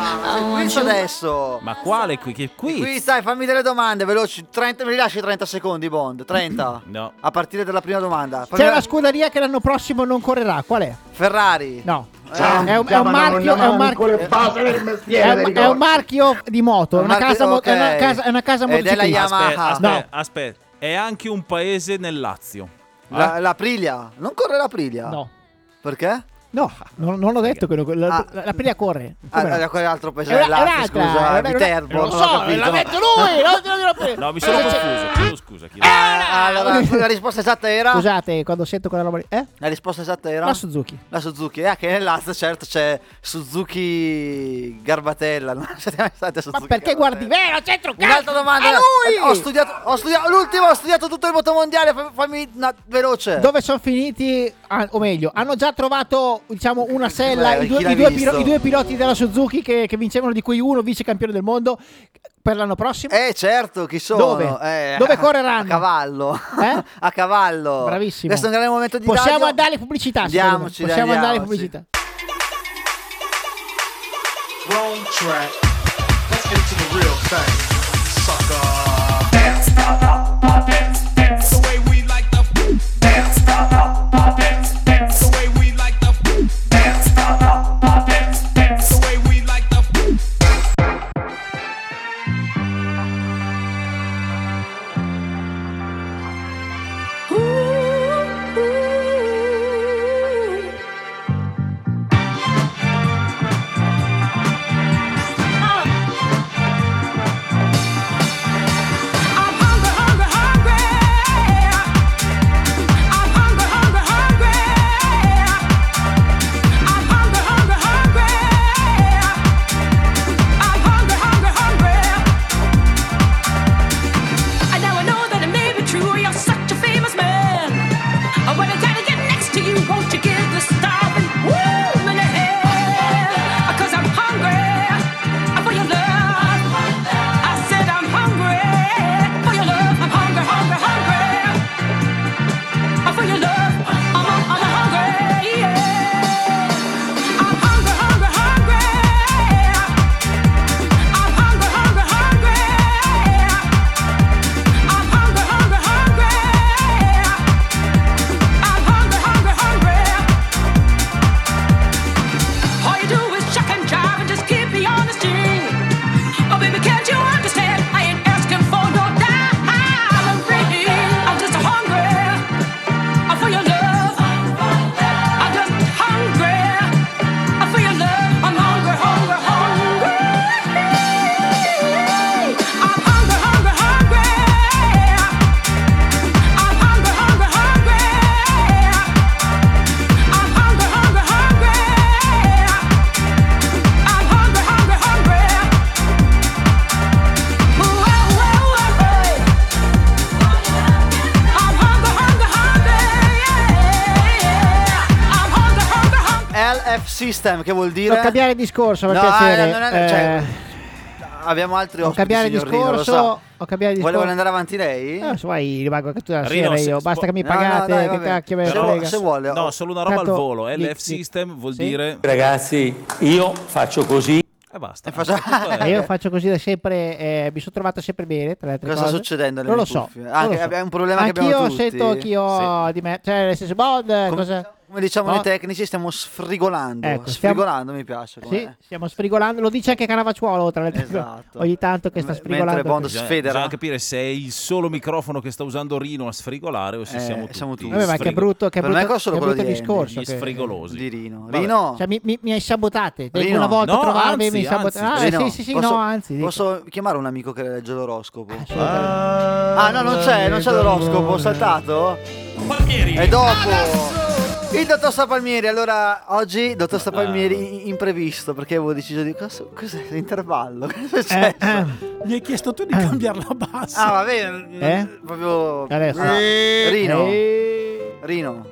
I want
Penso
you
adesso.
Ma quale qui? Che qui?
Qui stai, fammi delle domande veloci. 30, me li lasci 30 secondi, Bond? 30.
<clears throat> No.
A partire dalla prima domanda. Fammi
C'è
la-
una scuderia che l'anno prossimo non correrà. Qual è?
Ferrari.
No.
Ciao,
è, un, è un marchio, è un marchio- è un- è un marchio di moto. È una
Marchio-
casa, mo- è una
ok.
casa, è una casa
Ed è la
motociclistica.
Yamaha.
Aspetta,
Ah.
aspetta,
No.
aspetta. È anche un paese nel Lazio. Ah?
La, la Priglia. Non corre la Priglia.
No.
Perché?
No, non, non ho detto quello. La,
Ah.
la, la priglia corre.
Ah,
Come no?
era quell'altro paese
È una- è
dell'Asia,
un'altra,
scusa,
è una-
Viterbo,
Lo
non ho
so,
capito.
l'ha detto lui. non te lo dirò prima.
No, mi
Eh,
sono
Cosa c'è?
cioè-
confuso. Scusa, scusa. Chi...
Ah, allora, la risposta esatta era?
Scusate, quando sento quella roba lì. Eh?
La risposta esatta era?
La Suzuki.
La Suzuki. Eh, che nell'Asia certo c'è Suzuki Garbatella. Non <laughs> siete mai state a
Ma
Suzuki
perché guardi?
Garbatella?
Vero, c'entro cazzo.
Un'altra domanda.
È
Eh,
lui.
Ho studiato, ho studiato, l'ultimo, ho studiato tutto il motomondiale. Fammi, fammi una- veloce.
Dove sono finiti, ah, o meglio, hanno già trovato erano diciamo una sella
Beh,
i, due,
chi l'ha
i due
visto?
pilo- i due piloti della Suzuki che, che vincevano di cui uno vice campione del mondo per l'anno prossimo
Eh certo, chi sono?
Dove?
Eh,
Dove
a-
correranno?
A cavallo.
Eh?
<laughs> a cavallo.
bravissimo
Adesso è un grande momento di
possiamo
radio.
andare alle pubblicità signori.
Andiamoci,
possiamo andare alle
andiamoci.
pubblicità
Wrong track. Let's get to the real thing, sucker. Dance, brother, dance, dance. The way we like the dance, brother, dance, dance. The way we like the dance, brother, dance, dance. The way we like the
I now I know that it may be true. You're such a famous man. I wanna try to get next to you. Won't you give the starving woman a hand? Cause I'm hungry for your love. I said I'm hungry for your love. I'm hungry, hungry, hungry for your love. I'm, I'm, I'm hungry. Yeah. I'm hungry, hungry, hungry. I'm hungry, hungry, hungry. All you do is chuck and jive and just keep me honesty. Oh, baby, can't you understand? I ain't asking for no dime. I'm just hungry for your love. I'm just hungry for your love. I'm hungry, hungry, hungry. I'm hungry, hungry, hungry. I'm hungry, hungry, hungry. I'm hungry, hungry, hungry. I'm hungry, hungry, hungry. Ooh, oh, oh, oh, oh.
LF System, che vuol dire?
non cambiare discorso per
No,
piacere
eh, non è- cioè,
Eh,
Abbiamo altri
non
ospiti,
cambiare
signor Rino, lo
discorso
so.
non cambiare
Vuole-
discorso
Vuole andare avanti lei?
Eh, se vuoi rimango anche tutta la
Rino,
sera
se-
io,
se
basta
può-
che mi
No, no,
pagate,
dai, vabbè.
che cacchio me ne
Però-
frega.
se vuole, oh. Eh,
No, solo una roba
Tanto-
al volo.
Sì,
LF
sì.
System vuol
Sì.
dire.
Ragazzi, io faccio così.
E basta.
<laughs>
Ma
Eh,
Eh, io faccio così da sempre, eh, mi sono trovata sempre bene. Tra le altre
Cosa sta
cose.
succedendo nelle
Non lo so.
cuffie?
non
Anche-
lo so.
è un problema che
Anch'io
abbiamo tutti.
sento anch'io di me. Cioè, nel senso, boh, eh, cosa-
Come diciamo
no,
noi tecnici, stiamo sfrigolando.
Oh. Ecco, stiamo-
sfrigolando mi piace. com'è.
Sì, stiamo sfrigolando. Lo dice anche Canavacciuolo, tra le altre
Esatto.
cose. Ogni tanto che sta sfrigolando.
Bisogna-
eh.
Bisogna capire se è il solo microfono che sta usando Rino a sfrigolare o se
Eh,
siamo tutti.
siamo tutti. Vabbè, ma che brutto- che Per me brutto- è solo che quello brutto di Andy. discorso
Gli
che-
sfrigolosi.
Di Rino.
Vabbè.
Cioè, mi, mi- mi hai sabotate. Devo
Rino.
una volta
No,
trovarmi
anzi,
mi sabotate.
anzi.
Ah, eh,
Rino,
sì, sì, sì,
posso-
no, anzi. Eh. dico.
Posso chiamare un amico che legge l'oroscopo? Ah, no, non c'è, non c'è l'oroscopo, ho saltato. E dopo. Il dottor Sapalmieri, allora oggi dottor
Ah.
Sapalmieri in- imprevisto perché avevo deciso di... Cosa, cos'è l'intervallo?
Eh,
<laughs> Cosa c'è?
Gli hai chiesto tu di cambiare la bassa.
Ah, va bene.
Eh?
Proprio...
Adesso.
Ah, Rino.
Eh.
Rino.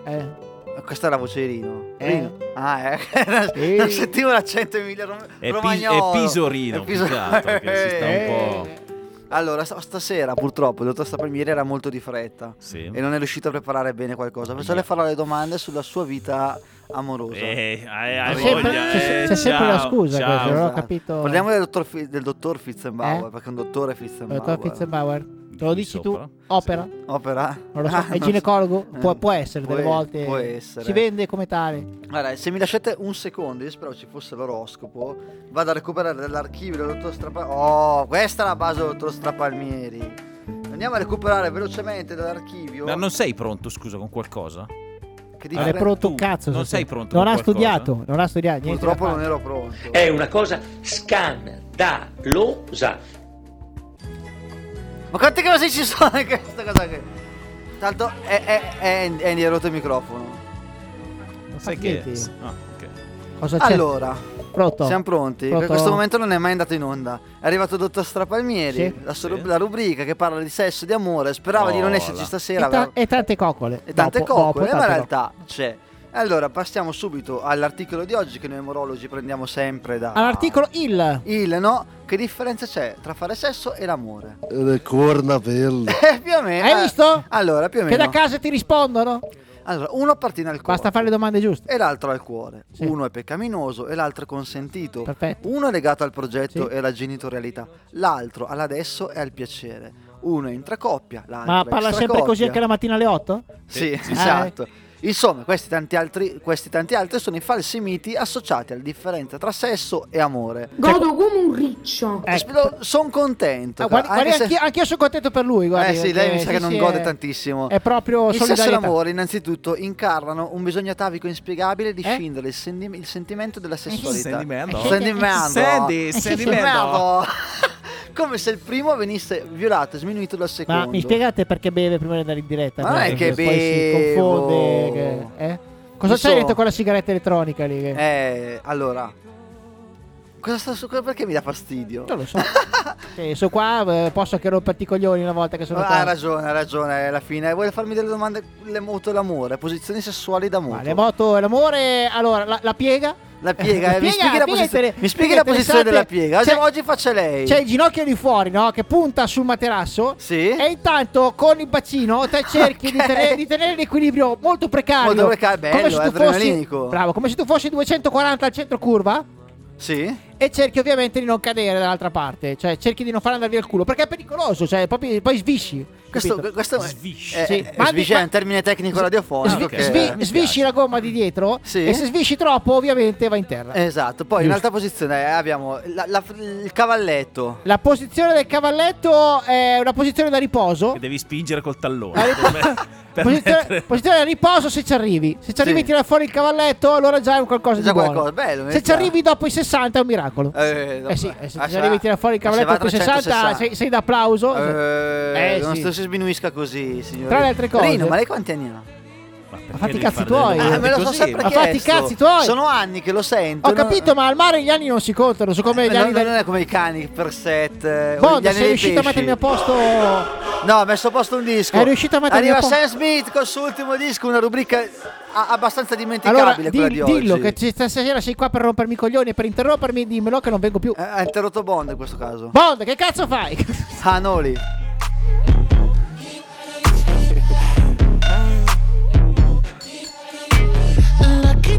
Questa è la voce di Rino.
Eh.
Rino. Ah, eh. <laughs> Non sentivo l'accento Emilia Rom-
È, Pis- è
romagnolo.
Pisorino.
È Piso- Eh.
più che altro, che
<laughs>
si sta un
Eh.
po'.
Allora, sta- stasera purtroppo il dottor Sapalmieri era molto di fretta e non è riuscito a preparare bene qualcosa. Perciò le farò le domande sulla sua vita amorosa.
Eh, hai-
hai C'è sempre- voglia, c'è- eh, c'è sempre la ciao, scusa ciao. questa, non ho
Esatto.
capito.
Parliamo del dottor, Fi- del dottor Fitzenbauer,
Eh?
perché è un dottore
Eh,
Fitzenbauer.
Tom Fitzenbauer. Te lo dici
sopra?
tu? Opera?
Opera?
Non lo so.
Ah,
è
<laughs> non
ginecologo?
so.
Può,
Eh,
può essere delle
può-
volte.
Può essere.
Si vende come tale.
Guarda, se mi lasciate un secondo, io spero ci fosse l'oroscopo, vado a recuperare dall'archivio del dottor Strapalmieri. Oh, questa è la base del dottor Strapalmieri. Andiamo a recuperare velocemente dall'archivio.
Ma non sei pronto, scusa, con qualcosa?
Che
Non è
differen-
pronto
Ah, Tu
un cazzo.
non
se
sei
sì.
pronto
Non
con
ha
qualcosa?
studiato. Non ha studiato. niente da
Purtroppo
fare.
non ero pronto.
Eh,
È una cosa scandalosa.
Ma quante cose ci sono <laughs> in questa cosa che... Tanto è, è, è, è, Andy, hai rotto il microfono.
Sai che. Ah, ok.
Cosa c'è?
Allora,
Pronto?
siamo pronti?
Pronto?
Per questo momento non è mai andato in onda. È arrivato il dottor Strapalmieri,
Sì.
la, sua- la rubrica che parla di sesso e di amore. Sperava di non esserci
Hola.
stasera.
E, ta-
aveva-
e tante coccole.
e tante
eh, Dopo-
coccole,
dopo
ma in
tante
realtà c'è. Allora, passiamo subito all'articolo di oggi che noi morologi prendiamo sempre da...
All'articolo il.
Il, no? Che differenza c'è tra fare sesso e l'amore?
Le corna pelle.
<laughs> Eh, più o meno.
Hai visto?
Allora, più o
Che
meno.
da casa ti rispondono.
Allora, uno appartiene al cuore
Basta fare le domande giuste.
e l'altro al cuore. Uno è peccaminoso e l'altro è consentito.
Perfetto.
Uno è legato al progetto e alla genitorialità, l'altro all'adesso e al piacere. Uno è intracoppia, l'altro
Ma
è
parla sempre così
extracoppia.
anche la mattina alle Ah, 8?
Sì,
sì.
esatto. Insomma, questi tanti, altri, questi tanti altri sono i falsi miti associati alla differenza tra sesso e amore. Cioè,
come un riccio.
sono contento.
Ecco. Ah, guardi,
anche
guardi,
se-
anch'io, anch'io sono contento per lui. Guardi,
Eh sì, lei
perché-
mi sa che non
sì,
gode
è-
tantissimo.
È proprio
il sesso e
solidarietà.
l'amore, innanzitutto, incarnano un bisogno atavico inspiegabile di
Eh?
scindere il, sendi- il sentimento dalla sessualità. Eh,
Sentimento.
Sentimento. Eh,
Sendi- sentimento.
<laughs> Come se il primo venisse violato e sminuito dal
Ma
secondo.
mi spiegate perché beve prima di andare in diretta?
Ma non è
Guarda,
che
poi si
bevo.
confonde. che- eh? Cosa
Mi
c'hai
so-
dentro quella sigaretta elettronica lì? che-
Eh, allora. Cosa sta su perché mi dà fastidio?
Non lo so. Eh, so qua eh, posso anche romperti i coglioni una volta che sono
Ah,
qua.
ha ragione, ha ragione, alla fine. Vuole farmi delle domande le moto e l'amore, posizioni sessuali d'amore.
Ma le moto e l'amore, allora la, la piega.
La piega, eh, mi spieghi la, posizione-
inter-
mi spieghi
piega
la posizione della
interessante.
piega. Oggi,
C'è-
oggi faccia lei.
C'è il ginocchio di fuori, no? Che punta sul materasso. E intanto con il bacino
<laughs>
te cerchi di,
Ok.
tenere, di tenere l'equilibrio molto precario.
Molto precario,
se tu
bello, eh,
fossi-
adrenalinico.
bravo, come se tu fossi 240 al centro curva.
Sì.
E cerchi ovviamente di non cadere dall'altra parte, cioè cerchi di non far andare via il culo, perché è pericoloso, cioè proprio- poi svisci.
Questo,
capito?
questo è, è,
Sì,
è-
ma-
svisci è un termine tecnico
Svi-
radiofonico. che-
svi- svisci la gomma di dietro e se svisci troppo ovviamente va in terra.
Esatto, poi in
Giusto.
altra posizione eh, abbiamo la- la- il cavalletto.
La posizione del cavalletto è una posizione da riposo.
Che devi spingere col tallone. per me- <laughs> per
Posizione,
mettere-
posizione da riposo se ci arrivi. Se ci arrivi a tirare fuori il cavalletto, allora già è un qualcosa
Già
di buono.
qualcosa, bello, mi
se ci
piace.
arrivi dopo i 60 è un miracolo.
Eh,
Eh sì, eh, se
ah,
ci arrivi a tirare fuori il
ah, se va
cavalletto con i 60
360.
sei, sei d'applauso.
Eh,
Eh,
non
sì.
sto- si sminuisca così, signore.
Tra le altre cose-
Rino, ma lei quanti anni ha?
Ma fatti i cazzi tuoi. Eh,
Ah, me lo so sempre
Ma
chiesto.
fatti i cazzi tuoi.
Sono anni che lo sento.
Ho
non-
capito, ma al mare gli anni non si contano, sono come
Eh,
gli
non,
anni del-
non è come i cani per set. eh, o
Bond,
gli anni
sei
dei
riuscito a
pesci.
mettermi a posto-
No, ho messo a posto un disco.
È riuscito a mettermi
Arriva
a posto-
Sam Smith col suo ultimo disco, una rubrica a- abbastanza dimenticabile
Allora,
quella
di-
di oggi.
dillo che ci- stasera sei qua per rompermi i coglioni e per interrompermi, dimmelo che non vengo più.
Eh, Ha interrotto Bond in questo caso.
Bond, che cazzo fai? <laughs>
Ah, Noli.
Lucky,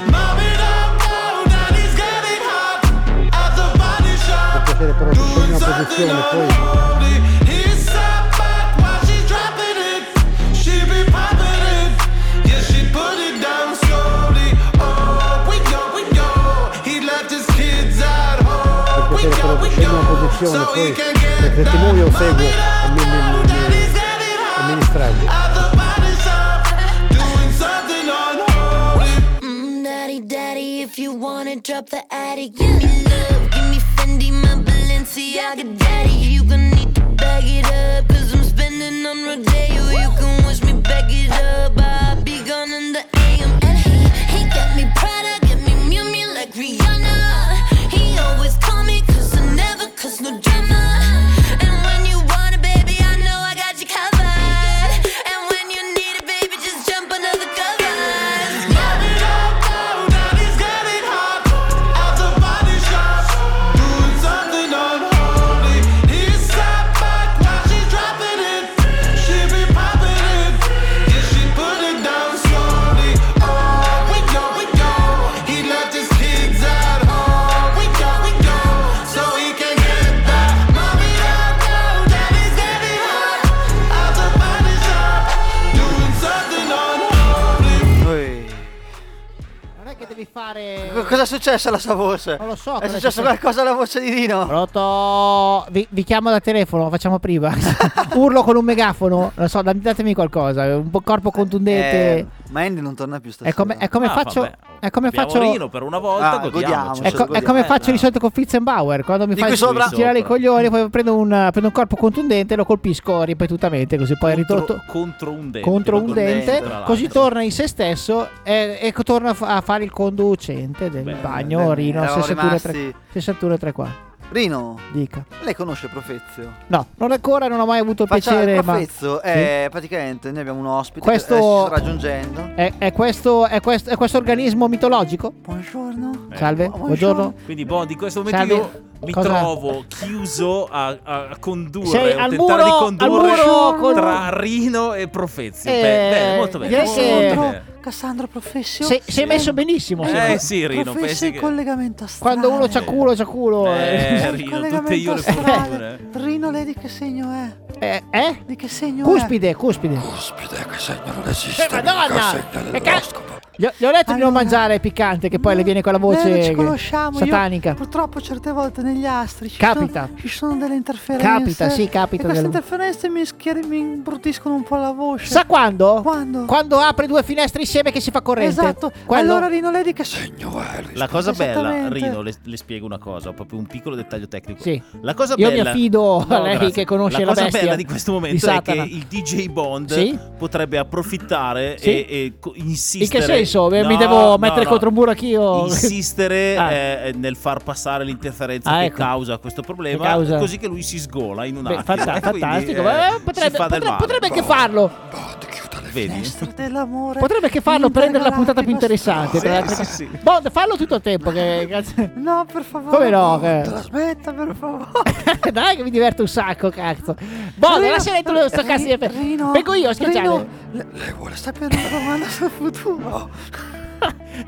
Mom it up now, daddy's getting hot at the body shop.
piacere però che scegli una posizione poi
He sat back while she dropping it. She be popping it. Yeah, she put it down slowly. Oh, we go, we go. He left his kids at home.
per piacere però che scegli una posizione poi mentre ti muoio seguo e mi, mi, mi, mi, e mi distraggo
Doing something unholy.
Mm, daddy, daddy, if you wanna drop the attic, give me love, give me Fendi, my Balenciaga daddy. You gon' need to bag it up, cause I'm spending on Rodeo. You can watch me back it up, I'll be gone in the AM. And he, he got me Prada, got me Miu Miu like Rihanna. He always call me, cause I never cause no drama. And when you want it, baby, I know I got you covered. And when you need it, baby, just jump under the covers.
Doing something unholy. He's sad. Oh, oh,
fare.
Co- Cosa è successo alla sua voce?
Non lo so.
È
cosa
successo qualcosa alla voce di Dino?
Pronto? Vi, vi chiamo da telefono, facciamo prima. <laughs> Urlo con un megafono. Non so, da- datemi qualcosa. Un po' corpo contundente.
Eh, ma Andy non torna più
è
stasera.
come, è come
Ah,
faccio.
vabbè.
È come
Abbiamo
faccio.
Rino Eh, per una volta,
Ah,
godiamoci. ecco,
godiamocelo,
È, co- è come faccio di solito con Fitzenbauer quando mi
Di
fai
qui sopra.
girare i coglioni poi prendo un, prendo un corpo contundente e lo colpisco ripetutamente così poi ritorno
contro, contro un dente.
contro un dente,
tra l'altro.
così torna in se stesso e, e co- torna a fa- a fare il conducente del
Bene,
bagno
eh,
bene.
Rino
Eravamo
61 e tre-
rimasti-
61 e 3 quarti.
Rino,
Dica.
lei conosce Profezio?
No, non ancora, non ho mai avuto
Faccia
piacere,
il
ma
Profezio
eh,
è praticamente noi abbiamo un ospite
Questo-
che adesso ci sta raggiungendo.
è, è questo, è, questo, è questo organismo mitologico? Eh.
Buongiorno.
Salve, buongiorno.
Quindi, Bondi, in questo momento
Salve.
io mi
Cosa?
trovo chiuso a, a- a condurre,
Sei
o
al
tentare
muro,
di
al
condurre
muro con-
tra Rino e Profezio.
Eh,
Beh, bene, molto bene.
direi
molto
che-
bene.
Cassandro Professio.
Sei, sei messo benissimo.
Eh
signor.
sì, Rino,
Professio
pensi
in
che...
collegamento astrale.
Quando uno c'ha culo, c'ha culo.
Eh,
Eh,
Rino, tutte
collegamento
io le
astrale.
fortune.
Rino, lei di che segno è?
<laughs> Eh? eh?
Di che segno
Cuspide, cuspide. Cuspide,
che segno non
Eh, Madonna! E ca- Gli ho, gli ho detto di non mangiare piccante, che poi le viene quella
Noi non ci
voce
conosciamo, io
satanica.
purtroppo certe volte negli astri ci
Capita.
sono, ci sono delle interferenze.
Capita, sì, capita
E queste
delle-
interferenze mi, schier- mi imbruttiscono un po' la voce.
Sa quando?
Quando?
apre due finestre insieme che si fa corrente.
Esatto.
Quello-
Allora Rino, lei di che segno è?
La cosa bella,
Esattamente.
Rino, le, le spiego una cosa, proprio un piccolo dettaglio tecnico.
Sì.
La cosa
Io mi
bella,
affido a lei
grazie.
che conosce la
cosa
bestia
bella di questo
di
momento è che
Satana.
il DJ Bond
Sì.
potrebbe approfittare
Sì.
e, e co- insistere.
In che senso? Eh, Mi
No,
devo
no,
mettere
no.
contro un muro anch'io?
Insistere
Ah.
eh, nel far passare l'interferenza
Ah,
che
ecco.
causa questo problema,
Che causa?
così che lui si sgola in un
Beh,
attimo.
fanta-
E quindi,
fantastico.
eh,
beh,
si
potrebbe,
fa del
potrebbe-
male.
potrebbe anche farlo.
Vedi?
Dell'amore.
Potrebbe anche farlo prendere la puntata più interessante.
Sì,
tra-
sì,
perché-
sì.
Bond, fallo tutto il tempo. Che, cazzo-
No, per favore.
Come no? Che- <laughs>
Trasmetta, per favore.
Dai, che mi diverto un sacco, cazzo. Bond,
Rino,
lascia lei tu lo sto cazzo di
Rino,
Vengo io a schiacciare.
Rino, le- lei vuole sapere una domanda sul futuro.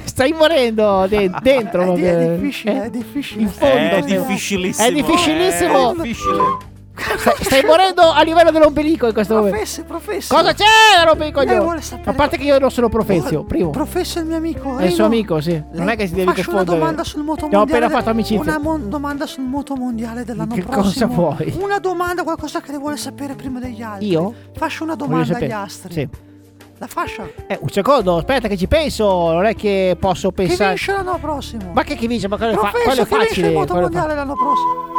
Stai morendo
<laughs>
de- dentro.
È, di- è
proprio.
difficile,
Eh?
è difficile.
fondo,
È
sì.
difficilissimo.
È difficilissimo.
Eh,
È difficile.
Stai, stai morendo a livello dell'ombelico in questo momento.
Professe, professe.
Cosa c'è? Roba i
Lei
coglioni.
Eh, vuole sapere-
A parte che io non sono profezio, primo.
Professor è il mio amico.
È il suo
Rino.
amico, sì. Non
Lei-
è che si deve
Faccio una
confondere.
domanda sul moto
Abbiamo
mondiale.
appena
de-
fatto amicizia.
Una mon- domanda sul moto mondiale dell'anno
Che cosa
prossimo.
vuoi?
Una domanda, qualcosa che lei vuole sapere prima degli altri.
Io?
Faccio una
Voglio
domanda agli
sapere.
astri.
Sì.
La fascia.
Eh, un secondo, aspetta che ci penso. Non è che posso
Chi
pensare.
vince l'anno prossimo?
Ma che chi vince? Ma quello, fa- quello
Professor,
è
chi vince
facile.
il moto
quello è fa-
mondiale l'anno prossimo?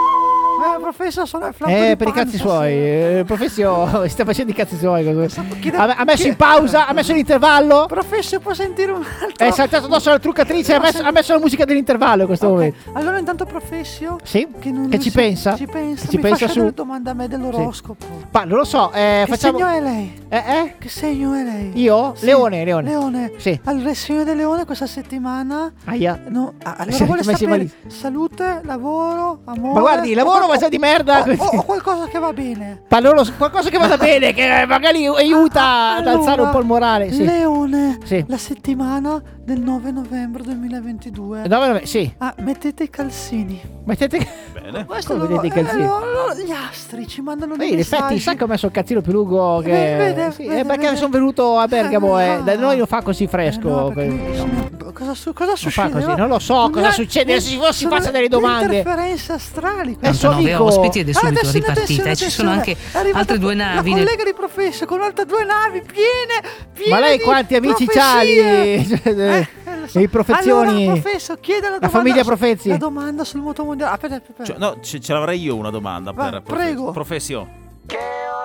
Eh, professor, sono il flauto
Eh,
di
per i
Pan,
cazzi suoi, eh, professio, <laughs> sta facendo i cazzi suoi. Ha, ha messo
chi-
in pausa, ha messo l'intervallo.
Professor, può sentire un altro?
È saltato addosso alla truccatrice, ha messo, ha messo la musica dell'intervallo in questo momento.
Allora intanto Professio
Sì?
Che, non
Che ci
si-
pensa?
Ci pensa
Che ci
Mi
pensa
faccia
su?
delle domande a me dell'oroscopo
Ma non lo so, eh,
Che
facciamo.
segno è lei?
Eh, eh?
Che segno è lei?
Io?
Sì.
Leone, leone.
Leone
Sì.
Allora il segno del leone questa settimana
Aia.
no, ah, Allora
Sì,
vuole
messi
sapere
malissimo.
Salute, lavoro, amore Oh,
Ma guardi, il lavoro
o-
va già di merda.
o- o- o qualcosa che va bene
Ma non lo so, qualcosa che vada bene, che magari aiuta ad
Allora,
alzare un po' il morale. Sì.
Leone,
Sì.
la settimana del 9 novembre 2022.
No, vabbè, sì.
Ah, mettete i calzini.
Mettete.
Bene.
Come vedete i calzini?
eh, allora, gli astri ci mandano
Beh,
dei
in effetti,
messaggi.
sai che ho messo il cazzino più lungo che.
Eh, vede,
sì,
vede,
eh, perché
vede.
sono venuto a Bergamo e
Ah.
da noi non fa così fresco.
Eh, perché
que-
non- no, Cosa, su- cosa
Non fa
succede?
così,
No?
non lo so cosa
Una-
succede, se
sono
si faccia delle
le
domande.
Interferenze astrali. Ah,
È il suo
49
amico.
ospiti ed è Eh, subito
adesso in
ripartita
attenzione,
e ci sono anche
attenzione, è arrivata
altre due
la
navi.
collega di professore con altre due navi piene, piene
Ma lei
di
quanti amici c'ha lì? <laughs>
profezie. Eh,
Cioè, I profezioni.
Allora, professor, chieda la
La
domanda.
famiglia
su-
Profezzi.
La domanda sul moto mondiale. Aspetta, aspetta.
Cioè, no, ce, ce l'avrei io una domanda
Vai,
per
prego.
Professio.
Cioè,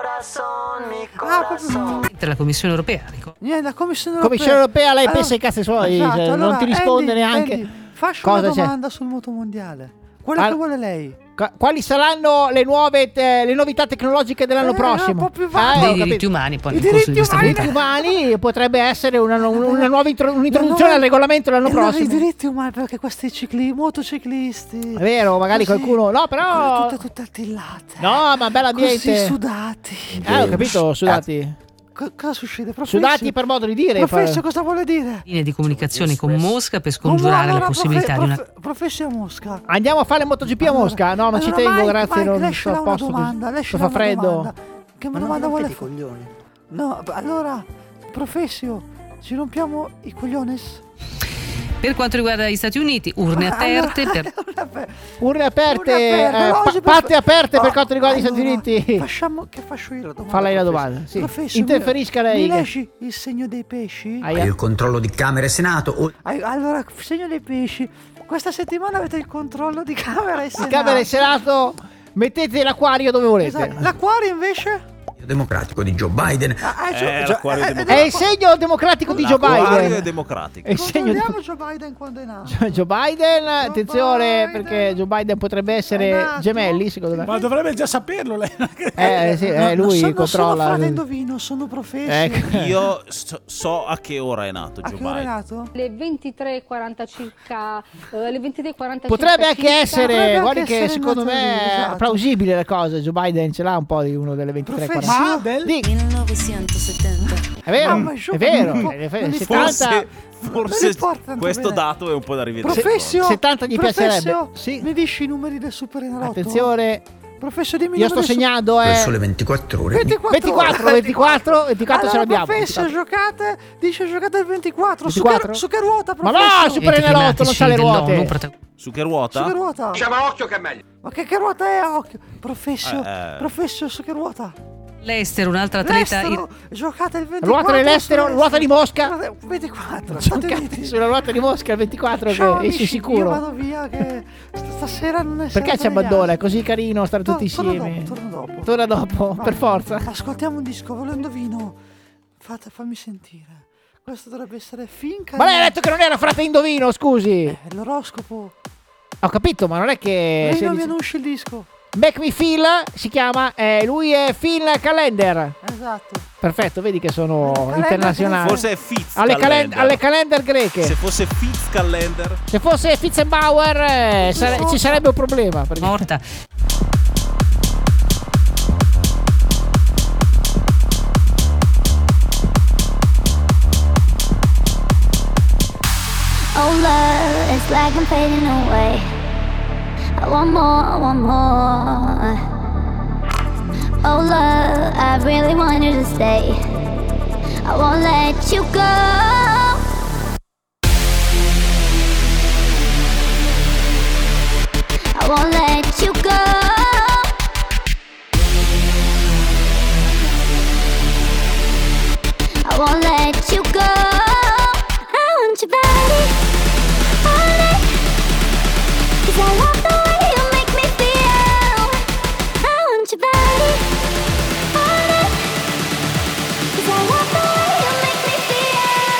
Ah, proprio-
La Commissione europea, ricordo.
Niente, la Commissione europea.
Commissione europea, lei
Allora-
pensa ai cazzi suoi,
Esatto,
cioè, non
allora,
ti risponde
Andy,
neanche.
Andy, Faccio
Cosa
una
c'è?
domanda sul moto mondiale. Quello
Al-
che vuole lei.
Qua- Quali saranno le nuove te- le novità tecnologiche dell'anno
Eh,
prossimo?
un po' più avanti.
ho
Dei
capito.
diritti umani, poi
I
nel corso
diritti
di questa
umani,
puntata.
umani potrebbe essere una,
Eh,
nu- una nuova intro-
La
un'introduzione
nuova-
al regolamento l'anno
E allora
prossimo.
Eh, I diritti umani perché questi cicli, motociclisti.
È vero, magari
così,
qualcuno- no, però-
con le Tutte, tutte attillate.
No, ma bella
Così
ambiente.
sudati.
Eh, ho capito, sudati.
Co- cosa succede? Professor?
Sudati per modo di dire.
Professor,
fa-
cosa vuole dire?
Linee di comunicazione con Mosca per scongiurare
Allora,
la possibilità
profe-
di una
profe- professor Mosca.
Andiamo a fare MotoGP a Mosca? No, non ci
Allora,
tengo,
Mike,
grazie,
Mike,
non
lei
sto
ce l'ha
a
una
posto.
domanda, lei ce
fa
l'ha una
freddo.
domanda. Che
Ma
domanda
non
vuole
rompete i
fare?
coglioni.
No, b- allora, professor, ci rompiamo i cogliones?
Per quanto riguarda gli Stati Uniti, urne aperte per
Urne aperte,
Urne aperte,
eh,
no,
pa-
si può-
patte aperte per
Ah,
No,
quanto riguarda gli Stati
allora,
Uniti.
Facciamo che faccio io la domanda.
Fa lei la
professore?
domanda, sì.
Professore,
Interferisca
mi-
lei
Mi
che-
lasci il segno dei pesci?
Aia.
il controllo di Camera e Senato. o-
Ai- Allora, segno dei pesci. Questa settimana avete il controllo di Camera e
Il
Senato.
Camera del Senato, mettete l'acquario dove volete.
Esatto. L'acquario invece?
democratico di Joe Biden.
ah, Joe-
Eh, l'acquario è
È il
democratico.
segno democratico di Joe
L'acquario è
Biden.
democratico.
È il segno di-
Controlliamo Joe Biden quando è nato.
Joe Biden, attenzione perché Joe Biden potrebbe essere gemelli secondo me.
Ma dovrebbe già saperlo lei.
Eh, sì, eh,
No, non
lui
sono-
controlla. eh.
Frate indovino, sono professore.
Ecco.
Io so, so a che ora è nato Joe Biden.
Le 23.40 circa, eh, le 23.40
Potrebbe
circa
anche
circa.
essere, guardi che
essere
secondo
nato
me
lì,
è
esatto.
plausibile la cosa, Joe Biden ce l'ha un po' di uno delle 23
Professor
40.
del
1970.
È vero,
Mamma,
è
Joe-
vero,
non
è
li
vero,
Forse,
70
Non
forse
importa tanto
questo
bene.
dato è un po' da rivedere.
Professio,
70 gli piacerebbe.
Mi dici i numeri del superenalotto?
Attenzione.
Professore, dimmi i
Io sto
numeri del su-
segnando eh, è
Verso le 24 ore.
24,
24, 24, 24 ce l'abbiamo,
Professor,
24.
giocate, dice giocate il 24, su
24?
che- Su, che, ruota,
Ma
professor?
no, superenalotto, non c'ha le ruote.
Su che ruota?
Su che ruota?
Diciamo occhio che è meglio.
Ma che, che ruota è, occhio? Professor,
Eh, eh.
professor, su che ruota?
l'estero, un'altra atleta.
L'estero, giocate il 24.
Ruota dell'estero,
sull'estero.
ruota di Mosca.
24, Stati
Giocate
Uniti.
sulla ruota di Mosca il 24
Ciao,
che esci
amici, Io
sicuro.
vado via che st- stasera non è
Perché ci abbandona? È così carino stare tutti insieme.
Torno dopo, torno dopo.
Torna dopo,
Vai.
per forza.
Ascoltiamo un disco, ve lo indovino. Fate, fammi sentire. Questo dovrebbe essere finca.
Ma lei ha detto che non era frate indovino, scusi.
L'oroscopo.
Ho capito, ma non è che...
lei
Eh, se
non mi
dice-
annuncia il disco.
Back Me Phil si chiama, eh, lui è Phil Calendar.
Esatto.
Perfetto, vedi che sono
Calendar
internazionali.
Forse è Fitz
alle, calen-
Calendar.
alle calendar greche.
Se
Se,
fosse Fitz Calendar.
fosse Fitzenbauer eh, sare-
so.
ci sarebbe un problema. Perché... <laughs>
Morta.
Oh, love, it's like I'm fading away. I want more, I want more. Oh, love, I really want you to stay. I won't let you go. I won't let you go. I won't let you go. I want your body all night. 'Cause I love the way you make me feel. I want your body all night. 'Cause I love the way you make me feel.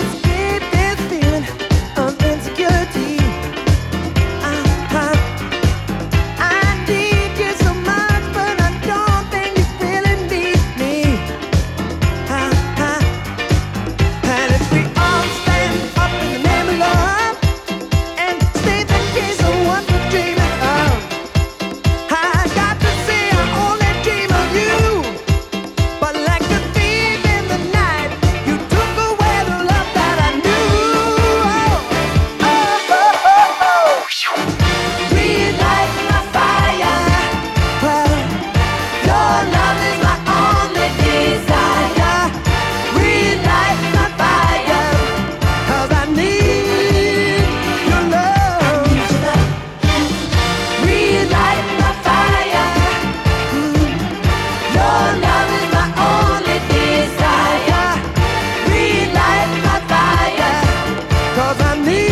Ah, Ah, oh, Oh,
I need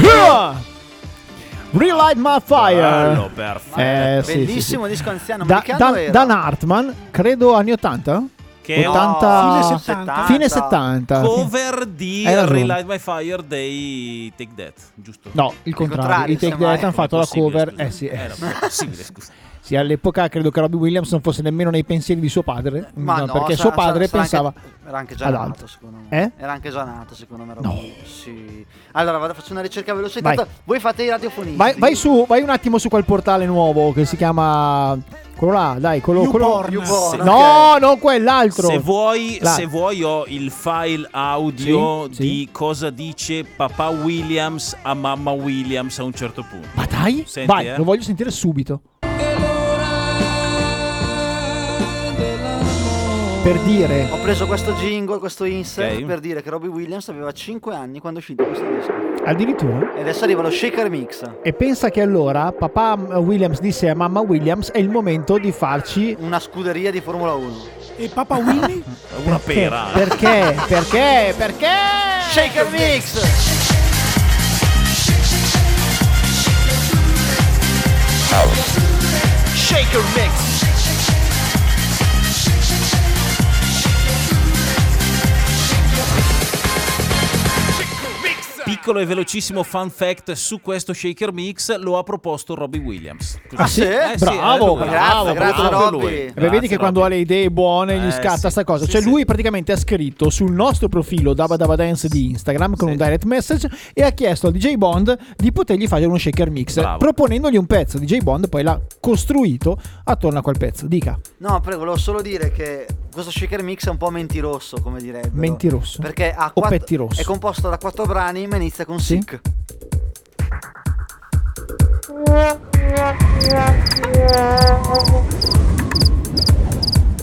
your love.
Relight My Fire.
Bello, perfetto.
Ah, Eh, sì, sì,
Bellissimo
sì.
disco anziano
Da-
americano
Dan,
era?
Dan Hartman, credo anni 80?
Che- No,
80
Eh, oh, fine 70.
Fine 70.
Cover di
Hai ragione.
Relight by Fire dei Take That, giusto?
No, il contrario. I Take
semmai.
That hanno fatto la
Possibile,
cover.
scusa.
Eh sì, eh.
Era possibile, scusa.
Sì, all'epoca credo che Robbie Williams non fosse nemmeno nei pensieri di suo padre.
Ma
no,
no,
perché
sa-
suo
sa-
padre
sarà anche-
pensava.
era anche già
ad
nato,
altro.
secondo me.
Eh?
Era anche già nato, secondo me. No. Sì. Allora vado faccio una ricerca veloce.
Vai.
Intanto voi fate i radiofonisti.
Vai, vai su, vai un attimo su quel portale nuovo che si chiama. Quello là, dai, quello. quello...
YouPorn. YouPorn,
no,
ok.
non quell'altro.
Se vuoi,
Là.
se vuoi ho il file audio
Sì, sì.
di cosa dice papà Williams a mamma Williams a un certo punto. Ma
dai,
Senti,
vai,
eh.
lo voglio sentire subito. Per dire.
Ho preso questo jingle, questo insert
Ok.
per dire che Robbie Williams aveva 5 anni quando è uscito questo disco.
Addirittura.
E adesso arriva lo shaker mix.
E pensa che allora papà Williams disse a mamma Williams: è il momento di farci
Una scuderia di Formula 1.
E Papa Willy?
Una
Perché?
pera.
Perché? Perché? Perché?
Shaker Mix! Shaker Mix!
Piccolo e velocissimo fun fact su questo shaker mix lo ha proposto Robbie Williams.
Ah, sì?
Eh, sì,
bravo,
eh, lui.
bravo, bravo.
proprio lui.
Beh,
Grazie,
vedi che quando ha le idee buone gli
Eh,
scatta
sì,
sta cosa. Cioè, lui praticamente ha scritto sul nostro profilo Dabba Dabba Dance di Instagram con un direct message e ha chiesto a DJ Bond di potergli fare uno shaker mix,
Bravo.
proponendogli un pezzo. DJ Bond poi l'ha costruito attorno a quel pezzo. Dica,
No, prego, volevo solo dire che questo shaker mix è un po' mentirosso, come direbbero.
Mentirosso.
Perché ha
O
quatt-
pettirosso.
è composto da quattro brani ma inizia con
Sì.
sick.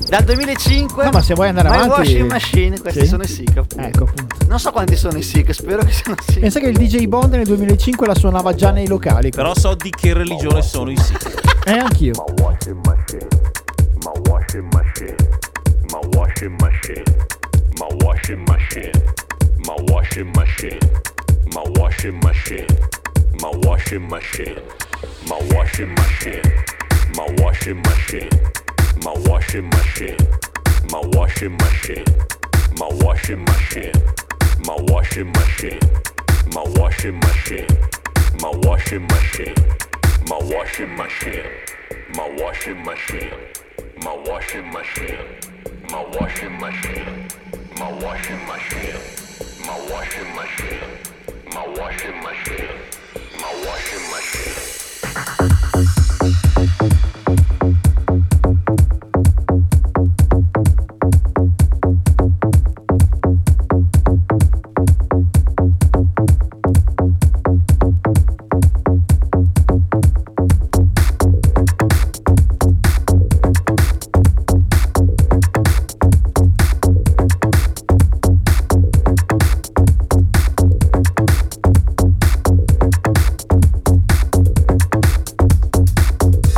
Dal 2005
No, ma se vuoi andare
My
avanti-
Washing Machine, questi
Sì.
sono i sick appunto.
Ecco, appunto.
Non so quanti sono i sick, spero che siano sick.
pensa che il DJ Bond nel 2005 la suonava già nei locali.
Però so di che religione sono i Sikh.
E anch'io.
My washing machine. My washing machine. My washing machine. My washing machine. My washing machine. My washing machine. My washing machine. My washing machine. My washing machine. My washing machine. My washing machine. My washing machine. My washing machine. My washing machine. My washing machine. My washing machine. My washing machine. My washing machine. My washing machine. My washing machine. My washing machine. My washing machine. My washing machine.
Che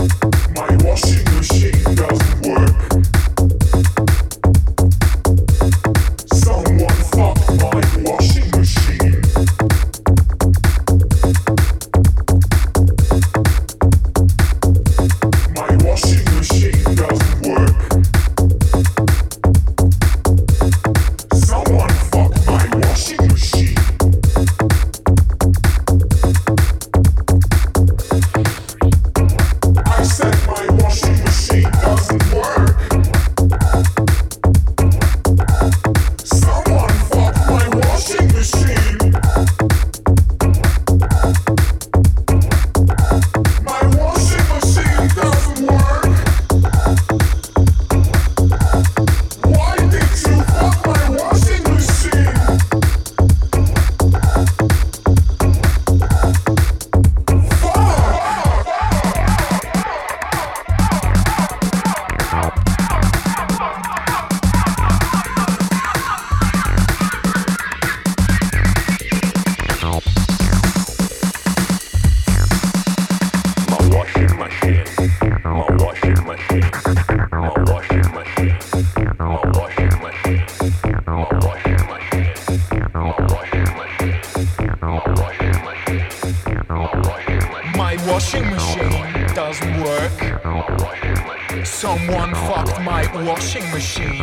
Someone fucked my washing machine.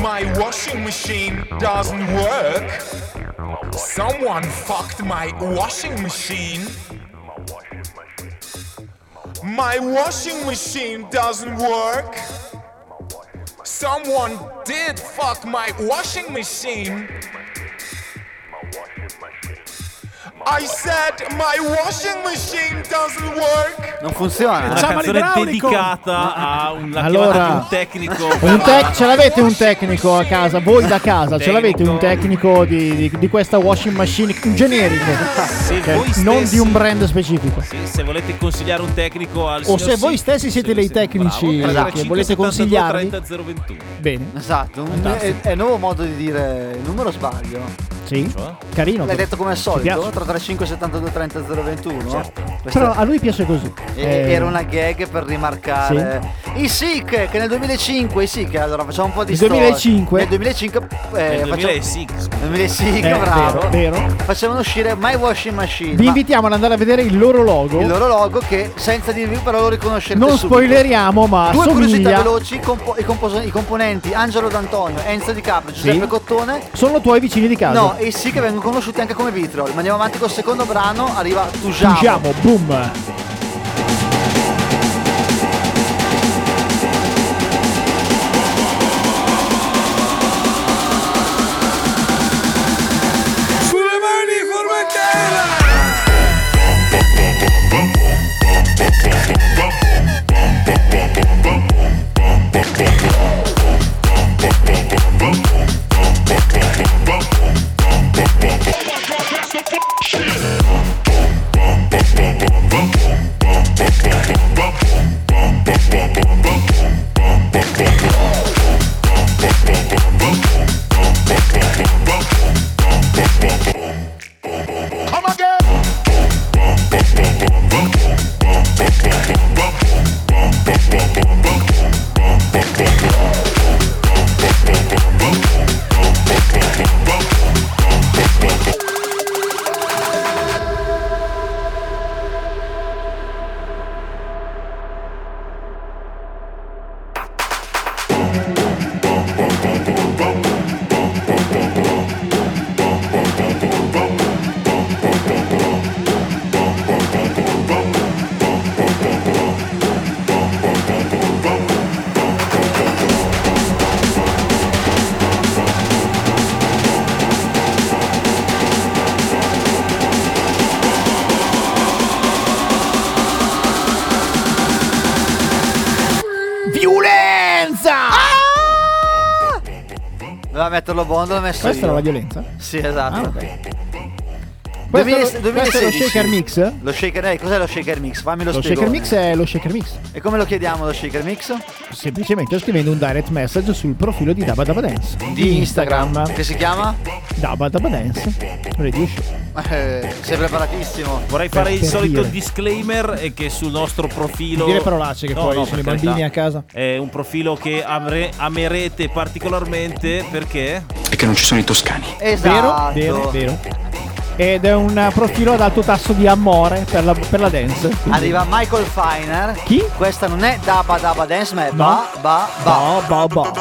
My washing machine doesn't work. Someone fucked my washing machine. My washing machine doesn't work. Someone did fuck my washing machine. I said my washing machine doesn't work.
Non funziona.
Una canzone dedicata a un, la
Allora.
chiamata di un tecnico.
Un tec- ce l'avete un tecnico a casa? Voi da casa ce l'avete un tecnico di, di- di questa washing machine generico?
Se
Che-
voi
non
stessi-
di un brand specifico.
Sì, se volete consigliare un tecnico al
O
signor
se voi
Sim-
stessi siete dei tecnici
Bravo,
che
35
volete
72
consigliarvi,
30 021.
bene.
Esatto, un- è,
Fantastico.
è il nuovo modo di dire il numero sbaglio.
Sì, carino.
L'hai detto come al solito,
piace. Certo.
335 72 30 021. Questa
Però a lui piace così.
e-
Eh,
era una gag per rimarcare i SIC che nel 2005 i SIC allora facciamo un po' di
Nel
storia.
2005?
nel 2005 eh,
Nel
Cioè,
facciamo-
2006.
nel 2006
Eh,
bravo
vero, vero.
facevano uscire My Washing Machine
Vi
ma
invitiamo ad andare a vedere il loro logo.
il loro logo che senza dirvi però lo riconoscerete
non
subito.
spoileriamo, ma
Due curiosità
somiglia.
veloci, i compo- i, compos- i componenti Angelo D'Antonio, Enzo Di Caprio, Giuseppe Cottone
Sono tuoi vicini di casa.
No, e sì che vengono conosciuti anche come Vitrol. Ma andiamo avanti col secondo brano, arriva Tujamo.
Diciamo, boom.
Sulle mani formentera!
Violenza!
Doveva metterlo Bond, l'ho messo
Questa
io.
era la violenza?
Sì, esatto.
Ah, ok. Questo, è lo-
2000
questo è lo
2016.
shaker mix?
Lo shaker, eh, cos'è lo shaker mix? Fammi lo,
Lo
spiegone.
shaker mix è lo shaker mix.
E come lo chiediamo lo shaker mix?
Semplicemente scrivendo un direct message sul profilo di Dabba Dabba Dance.
Di Instagram. Che si chiama?
Dabba Dabba Dance Radio Show.
Eh, sei preparatissimo.
Vorrei fare il
per
solito
dire.
disclaimer eh, che sul nostro profilo.
Non dire parolacce che poi sono
per
i bambini a casa.
È un profilo che amre- amerete particolarmente perché.
E che non ci sono i toscani.
Esatto.
Vero, vero, vero. Ed è un profilo ad alto tasso di amore per la, per la dance. quindi-
Arriva Michael Feiner.
Chi?
Questa non è Daba Daba Dance, ma è Ba Ba Ba.
Ba Ba.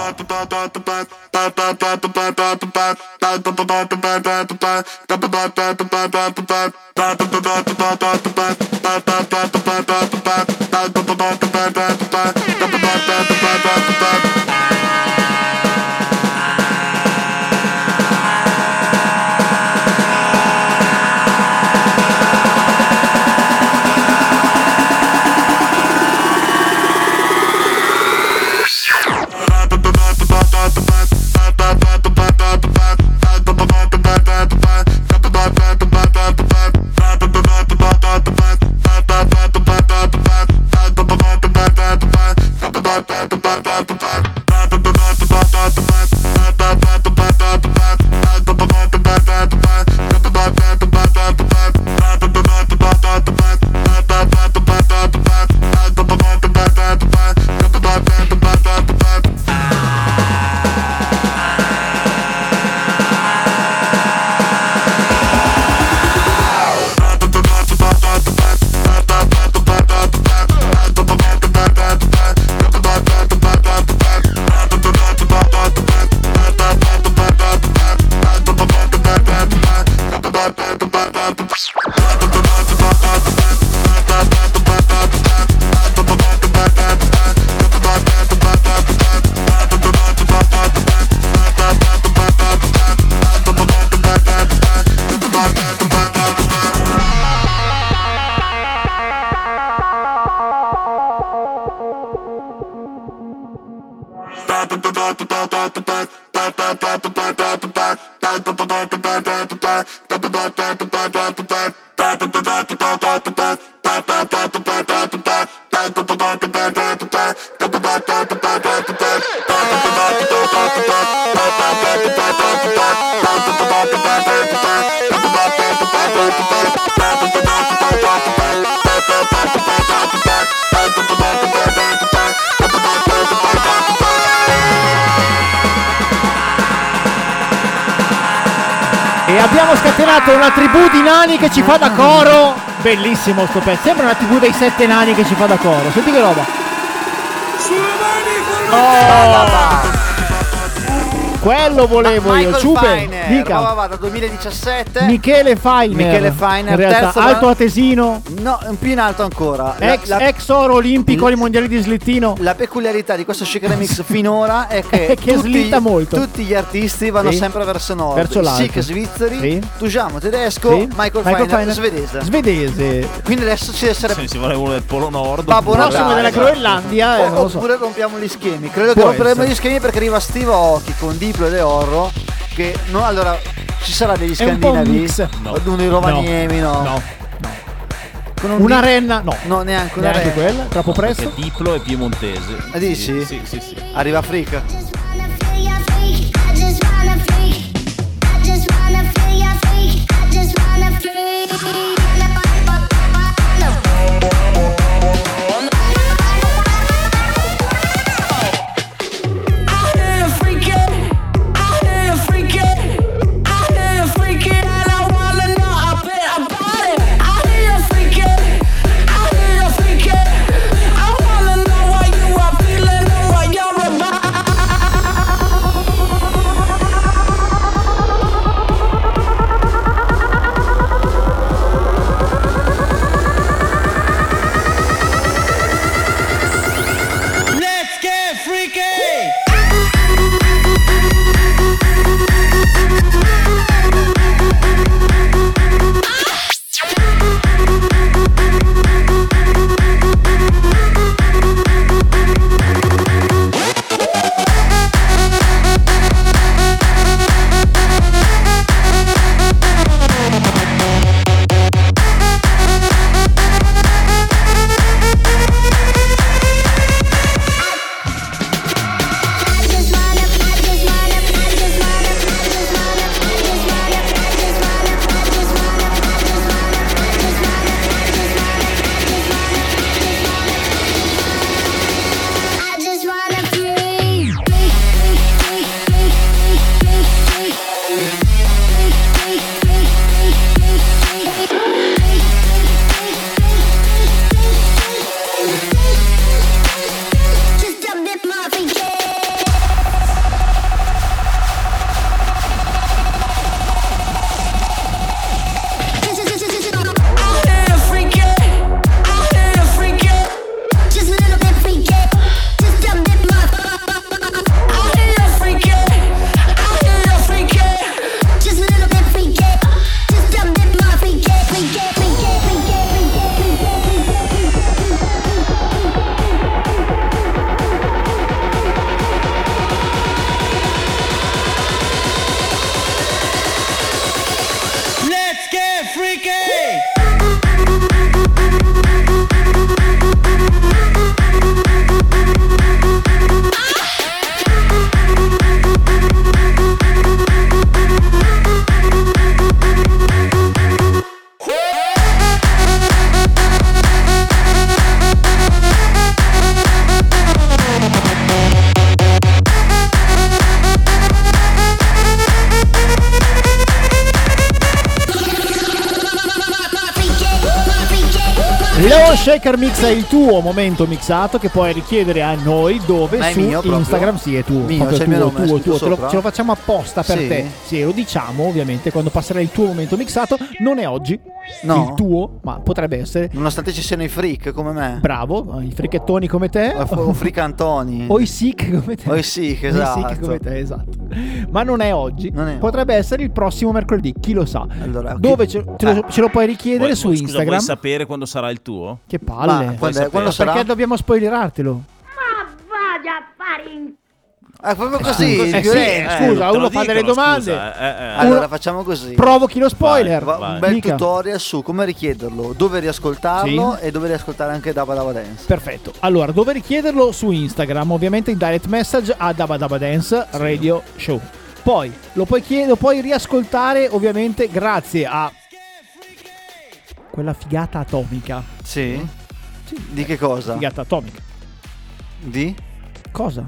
E abbiamo scatenato una tribù di nani che ci fa da coro. Bellissimo sto pezzo. Sembra una tribù dei sette nani che ci fa da coro. Senti che roba. Quello volevo io.
Michael
Ciube.
Feiner,
Dica.
roba vada 2017.
Michele Feiner.
Michele Feiner,
In realtà,
terzo
alto
da-
Atesino.
No, più in alto ancora. La-
Ex,
la-
ex oro olimpico ai mondiali di slittino.
La peculiarità di questo Chic Remix finora è che,
<laughs> È che
tutti,
slitta molto.
tutti gli artisti vanno
Sì.
sempre verso nord.
Verso l'alto.
Sic svizzeri,
Sì.
Tujamo tedesco,
Sì.
Michael, Feiner, svedese.
Svedese.
Quindi adesso ci deve essere
Se si vuole uno del Polo Nord.
Babbo
oppure-
Natale.
Groenlandia, eh,
O-
non lo so.
oppure rompiamo gli schemi. Credo
Può
che romperemo
essere.
gli schemi perché arriva Steve Aoki con Diplo e De Orro. Che no, allora ci sarà degli
È un po' un
scandinavi.
mix.
No. Uno di Rovaniemi, no.
No.
Con un
Una
di-
renna, no.
No, neanche una
Neanche
renna.
quella, troppo
Perché
presto.
Diplo e piemontese.
Ah, dici?
Sì, sì, sì.
Arriva Freak.
Let's get freaky! Let's get freaky!
Lo Shaker Mix è il tuo momento mixato che puoi richiedere a noi dove
Ma è
su
mio proprio?
Instagram sì è tuo,
Mio,
proprio
c'è il
tuo,
mio nome, è
tuo,
scritto
tuo. Te lo,
sopra?
ce lo facciamo apposta per
Sì.
te. Sì, lo diciamo ovviamente quando passerà il tuo momento mixato, non è oggi.
No.
Il tuo, ma potrebbe essere.
Nonostante ci siano i freak come me.
Bravo, eh, i frichettoni come te.
O freak Antoni.
<laughs> O i sick come te.
O i sick,
O i
esatto.
sick come te, esatto. Ma non è oggi.
Non è-
Potrebbe essere il prossimo mercoledì, chi lo sa.
Allora, chi-
Dove ce, ce lo,
Eh.
ce lo puoi richiedere
Vuoi-
su
scusa,
Instagram?
Vuoi sapere quando sarà il tuo?
Che palle.
Vuoi sapere?
perché dobbiamo spoilerartelo?
Ma vai a fare in
È Ah, proprio così,
Eh, sì,
violento.
eh, scusa, uno fa delle domande.
eh,
allora
Uno-
facciamo così.
Provochi lo spoiler.
Eh, Va-
Vai.
Un bel
Dica.
tutorial su come richiederlo, dove riascoltarlo
Sì.
e dove riascoltare anche Dabba Dabba Dance.
Perfetto. Allora, dove richiederlo? Su Instagram, ovviamente in direct message a Dabba Dabba Dance Radio Show. Poi lo puoi, chied- lo puoi riascoltare, ovviamente, grazie a quella figata atomica.
Ah. Sì. Di che cosa?
Figata atomica.
Di?
Cosa?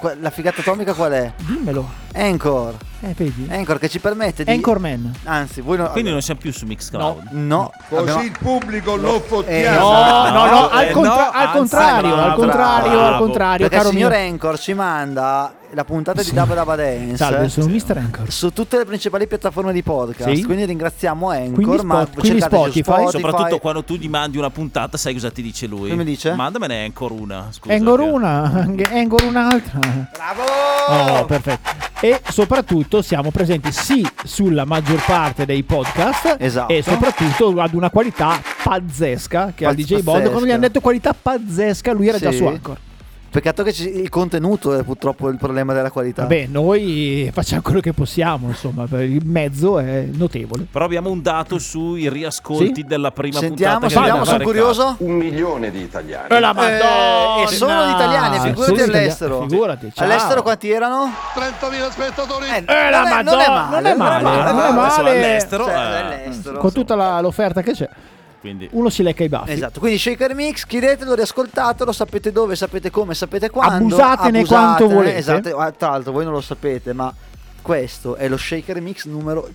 La, la figata atomica qual è?
Dimmelo.
Anchor.
Eh, vedi?
Anchor che ci permette di...
Anchorman.
Anzi, voi no...
Quindi non siamo più su Mixcloud.
No. esatto.
Così
il pubblico lo
Eh, no, no, no,
eh,
al contra- al contrario, al contrario, al contrario,
Perché
caro
il signor
mio.
Anchor ci manda la puntata
Sì.
di Dabba Dabba Dance
Salve, sono Mr. Anchor.
su tutte le principali piattaforme di podcast.
Sì.
Quindi ringraziamo Anchor,
Quindi
ma
Spot- quindi
cercate su
Spotify.
Soprattutto quando tu gli mandi una puntata, sai cosa ti dice lui?
Che mi dice?
Mandamene ancora una. Scusa,
Engor
che-
una, anche- Engor un'altra. Bravo! Oh, perfetto. E soprattutto siamo presenti sì sulla maggior parte dei podcast
Esatto.
e soprattutto ad una qualità pazzesca che al
Pazz-
DJ Bond quando gli
pazzesca.
hanno detto qualità pazzesca lui era già
Sì.
su Anchor.
Peccato che ci- il contenuto è purtroppo il problema della qualità.
Vabbè, noi facciamo quello che possiamo, insomma, per- il mezzo è notevole.
Però abbiamo un dato sui riascolti
Sì?
della prima
Sentiamo,
puntata.
sentiamo, sono
curioso. Eh,
Un milione di italiani.
Eh, E la Madonna!
e sono gli italiani,
Solo Ah, gli
figurati
itali-
all'estero.
Figurati, ciao.
All'estero quanti erano?
30.000 spettatori.
Eh, la Madonna, non è male, non è male.
Cioè,
Cioè,
all'estero.
Con tutta la- l'offerta che c'è,
Eh, Quindi
uno si lecca i baffi.
Esatto, quindi Shaker Mix, chiedetelo, riascoltatelo, sapete dove, sapete come, sapete quando.
Abusatene quanto volete.
Esatto, ah, tra l'altro voi non lo sapete, ma questo è lo Shaker Mix numero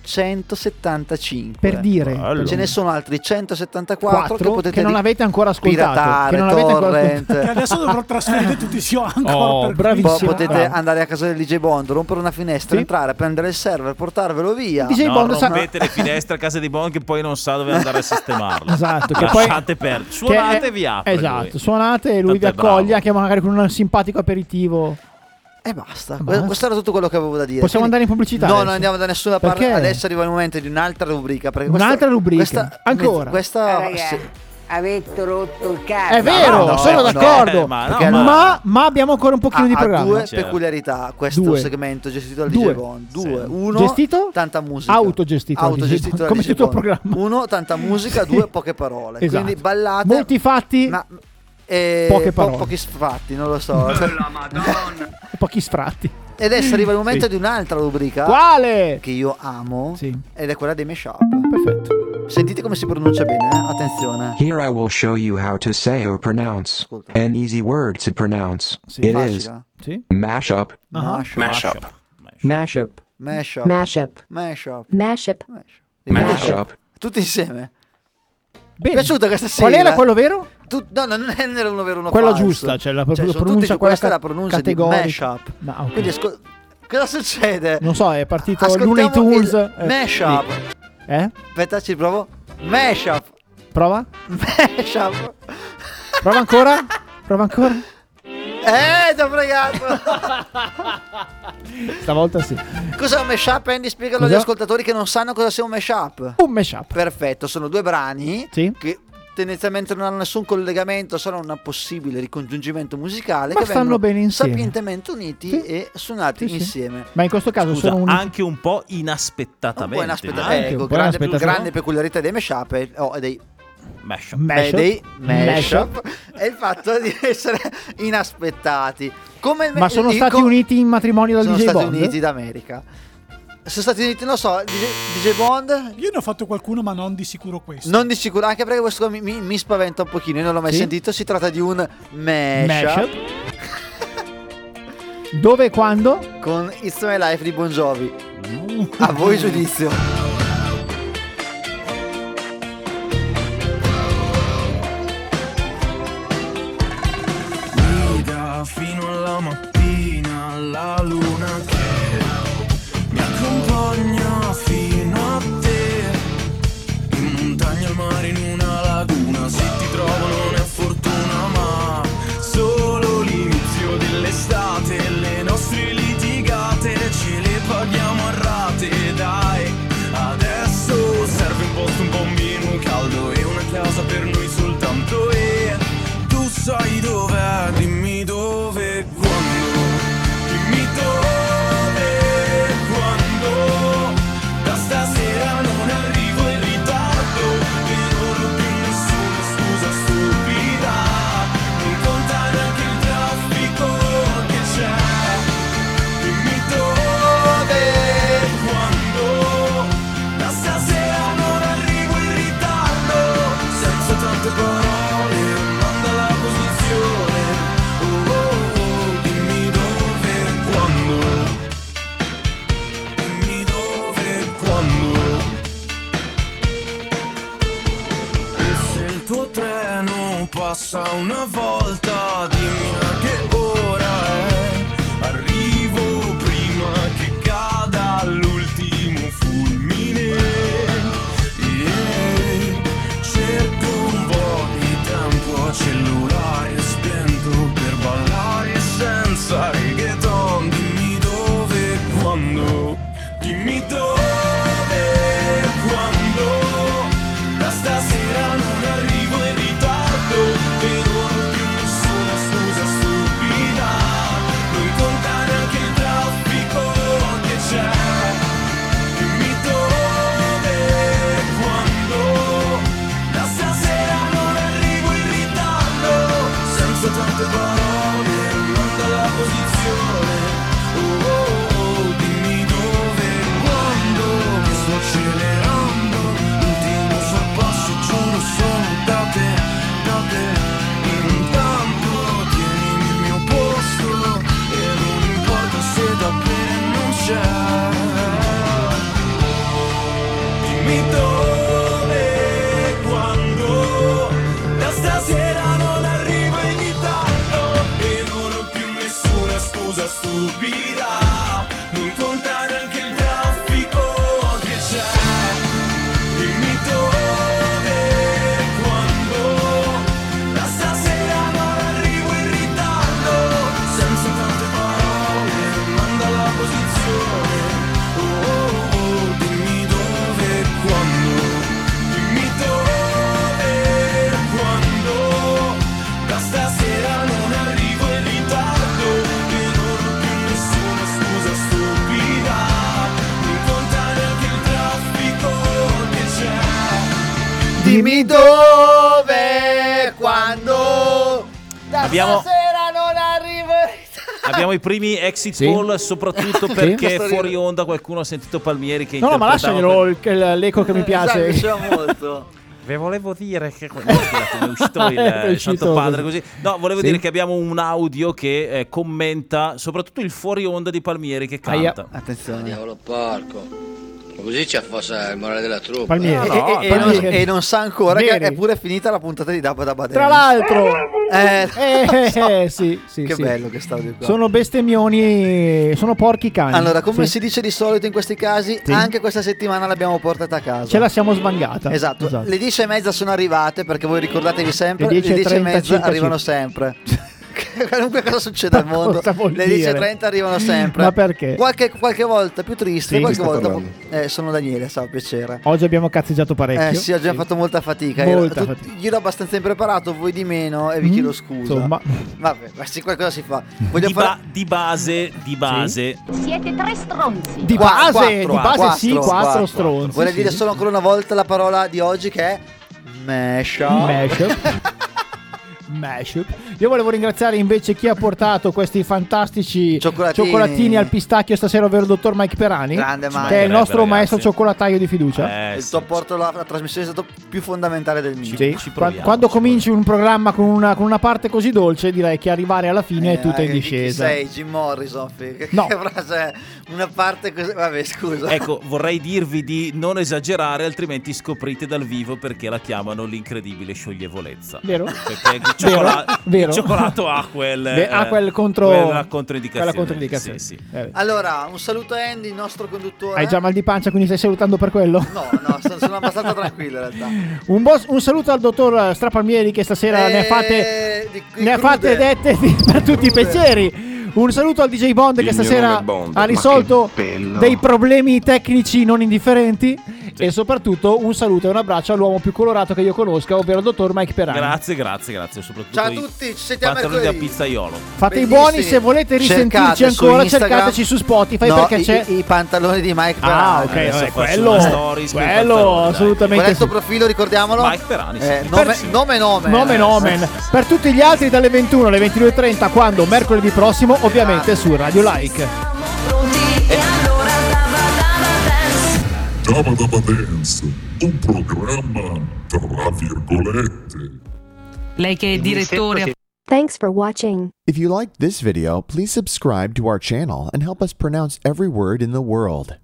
175.
Per dire. Eh, Bello.
Ce ne sono altri 174
Certo. Quattro
che potete
che non
ri-
avete ancora ascoltato,
piratare,
che non avete ancora
torrent.
Che adesso dovrò trasferire tutti i show ancora
Oh,
Po-
per
potete
Ah.
andare a casa del DJ Bond, rompere una finestra,
Sì.
entrare, prendere il server, portarvelo via.
no, rompete le finestre a casa di Bon che poi non sa
<laughs>
dove andare a sistemarlo.
Esatto, che poi-
Lasciate perdere.
Che
Suonate
è-
e vi apre.
Esatto,
lui.
suonate e lui vi
Tanto è
accoglie anche magari con un simpatico aperitivo.
E basta.
Basta.
Questo era tutto quello che avevo da dire.
Possiamo andare
Quindi-
in pubblicità
No,
adesso?
non andiamo da nessuna parte.
Perché?
Adesso arriva il momento di un'altra rubrica. perché questa-
Un'altra rubrica?
Questa,
Ancora?
Eh,
Questa.
Raga,
sì.
Avete rotto il cazzo.
È vero,
Eh, no,
sono
no,
d'accordo.
eh, ma no,
Perché-
ma-
ma, ma abbiamo ancora un pochino
Ah, Ha,
di
ha
programma.
due peculiarità questo
Due.
segmento gestito dal
Due.
DJ Bond. Due. Uno,
Gestito?
tanta musica.
Autogestito. dal
Autogestito
DJ,
dal
Come
DJ
tutto il
Bond.
programma.
Uno, tanta musica.
Sì.
Due, poche parole.
Esatto.
Quindi ballate.
Molti fatti,
e
poche
po-
parole.
pochi sfratti, non lo so.
pochi sfratti.
E adesso arriva il momento
Sì.
di un'altra rubrica.
Quale?
Che io amo.
Sì.
Ed è quella dei mashup. Perfetto. Sentite come si pronuncia bene, eh? attenzione.
Here I will show you how to say or pronounce an easy word to pronounce.
Sì,
Eh, it
facile.
is
Sì.
mashup.
Uh-huh.
Ah.
Mashup. Mashup.
Mashup.
Mashup.
Mashup.
Mashup.
Mashup.
Tutti insieme. Mi è piaciuta questa sigla?
Qual era quello vero?
Tu- no, no, non era uno vero uno
Quella
falso.
giusta, cioè la pro-
sono
pronuncia
tutti-
quella
questa è la
ca-
pronuncia di
categorica.
mashup.
Ma, ok.
Quindi ascol- cosa succede?
Non so, è partito
Ascoltiamo
Looney Tunes.
il
eh,
mashup.
sì. Eh?
Aspetta, ci provo. Mashup. <laughs>
Prova?
Mashup.
Prova ancora? Prova ancora?
Eh, ti ho fregato.
<laughs> Stavolta sì.
Cos'è un mashup, Andy? Spiegalo agli
Cos'è?
ascoltatori che non sanno cosa sia un mashup.
Un mashup.
Perfetto, sono due brani
Sì.
che tendenzialmente non hanno nessun collegamento, sono un possibile ricongiungimento musicale
Ma
che
stanno
vengono
bene insieme.
sapientemente uniti e suonati
Sì, sì.
insieme.
Ma in questo caso
Scusa,
sono un...
anche un po' inaspettatamente.
Poi un'aspetta-
direi.
ecco, grande, grande peculiarità dei mashup è, oh, è dei
Mashup.
è dei
Mashup.
mashup è il fatto di essere inaspettati. Come il-
Ma sono
il-
stati
co-
uniti in matrimonio dal
sono
DJ
stati
Bond?
uniti d'America. Sono stati uniti, non lo so, DJ, DJ Bond
Io ne ho fatto qualcuno, ma non di sicuro questo.
Non di sicuro, anche perché questo mi, mi- mi spaventa un pochino, io non l'ho mai
Sì?
sentito, si tratta di un mashup,
Mashup. Dove e quando?
con It's My Life di Bon Jovi. A voi giudizio.
guida fino alla mattina alla luna che mi accompagna fino a te in montagna al mare in una laguna se ti trovo non è fortuna ma solo l'inizio dell'estate le nostre litigate ce le paghiamo a rate dai Oh, passa una volta, dimmi a che ora è. Arrivo prima che cada l'ultimo fulmine. Yeah. Cerco un po' di tempo a cellulare spento per ballare senza reggaeton. Dimmi dove e quando. Dimmi dove e quando. Da stasera non arrivo in ritardo Però più nessuna scusa stupida Non conta neanche il traffico che c'è Dimmi dove e quando Da stasera non arrivo in ritardo Senza tante parole Manda la posizione Oh, oh, oh, dimmi dove e quando Che sto accelerando L'ultimo sorpasso giuro sono da te, da te Intanto tienimi il mio posto E non importa se da bere non c'è Dimmi dove e quando Da stasera non arrivo in ritardo E non ho più nessuna scusa stupida Non conta neanche il traffico che c'è Dimmi dove e quando Da stasera non arrivo in ritardo Senza tante parole Manda la posizione Oh oh oh Dimmi dove e quando Dimmi dove e quando Da stasera non arrivo in ritardo E non ho più nessuna scusa stupida Non conta neanche il traffico che c'è
Dimmi dove, quando. Da
Abbiamo-
stasera non arrivo.
Abbiamo i primi exit poll, soprattutto
Sì.
perché
Sto
fuori onda qualcuno ha sentito Palmieri che
No, no, ma
interpretava
lasciaglielo il- il- l'eco che
Esatto,
mi piace.
Vi volevo dire che <laughs> è uscito
<laughs>
il
È
eh,
uscito
Santo Padre
così.
così. No, volevo
Sì.
dire che abbiamo un audio che eh, commenta soprattutto il fuori onda di Palmieri che
Aia.
canta.
Attenzione.
Cavolo porco. Così ci affossa il morale della truppa.
E, e- e- e non, e non sa ancora che è pure finita la puntata di Dabba Dabba
Tra
Dance.
l'altro,
Eh,
eh, eh, sì, sì,
che
sì.
bello che stadio qua.
Sono bestemmioni, sono porchi cani.
Allora, come
Sì.
si dice di solito in questi casi,
Sì.
anche questa settimana l'abbiamo portata a casa.
ce la siamo svangata.
Esatto.
Esatto.
le 10 e mezza sono arrivate perché voi ricordatevi sempre,
Le
le
10 e
10 e mezza
35. <laughs>
arrivano sempre. <laughs> Qualunque cosa succeda al mondo,
cosa vuol
le
dire?
10.30 arrivano sempre.
Ma perché?
Qualche, qualche volta più triste,
Sì,
qualche
chi sta
volta.
parlando?
Eh, sono Daniele, sa, piacere.
Oggi abbiamo cazzeggiato parecchio.
Eh sì, oggi abbiamo fatto molta fatica.
Molta
io, ero- tu- io ero abbastanza impreparato, voi di meno e vi chiedo scusa.
Mm, Insomma, Mm.
Vabbè, ma sì, qualcosa si fa. Voglio
Di, ba- di base, di base.
Siete tre stronzi.
Di
Qua- eh,
base, di base sì, quattro stronzi,
Vorrei
sì. Mm.
dire solo ancora una volta la parola di oggi che è mashup.
Mm, Mashup. mashup. Io volevo ringraziare invece chi ha portato questi fantastici
Cioccolatini.
cioccolatini, al pistacchio stasera, ovvero il dottor Mike Perani,
<laughs> Grande Mike.
che è il nostro
Ragazzi.
maestro cioccolataio di fiducia.
Eh,
il tuo apporto alla alla trasmissione è stato più fondamentale del mio.
Eh, Sì. Qua- Quando cominci un programma con una, con una parte così dolce, direi che arrivare alla fine è tutto in
Eh, Chi
discesa.
Sei Jim Morrison, <laughs> figa.
No.
Che frase è? Una parte così. Vabbè, scusa.
Ecco, vorrei dirvi di non esagerare, altrimenti scoprite dal vivo perché la chiamano l'incredibile scioglievolezza.
Vero?
Perché il, cioccolato-
Vero?
il cioccolato ha quel,
Beh, ha
eh,
quel contro-
quella controindicazione.
quella controindicazione.
Sì, sì.
Eh.
Allora, un saluto a Andy, il nostro conduttore.
Hai già mal di pancia, quindi stai salutando per quello?
No, no, sono, sono abbastanza tranquillo
<laughs>
in realtà.
Un, bos- un saluto al dottor Strapalmieri che stasera ne ha
Eh,
fate,
di- di
ne ha
crude.
fate dette di- per tutti i pensieri. Un saluto al DJ Bond che
Il mio nome
stasera
è Bond,
ha
ma
risolto
che bello.
dei problemi tecnici non indifferenti. E soprattutto un saluto e un abbraccio all'uomo più colorato che io conosca, ovvero il dottor Mike Perani.
Grazie, grazie, grazie. Soprattutto
Ciao a
i
tutti, ci sentiamo
pantaloni da
mercoledì.
pizzaiolo.
Fate
Bellissimi.
i buoni, se volete risentirci
Cercate su
ancora,
Instagram.
cercateci su Spotify
No,
perché
i-
c'è.
i, i pantaloni di Mike
Ah,
Perani.
ok, vabbè, quello, quello
Qual è
assolutamente
il
sì.
tuo profilo, ricordiamolo? Mike
Perani.
nome, nome, nome.
Nomen omen. Per tutti gli altri dalle 21 alle 22.30 quando mercoledì prossimo ovviamente su Radio Like.
Dabba Dabba Dance, un programma tra virgolette.
Lei che è direttore
Thanks for watching.
If you liked this video, please subscribe to our channel and help us pronounce every word in the world.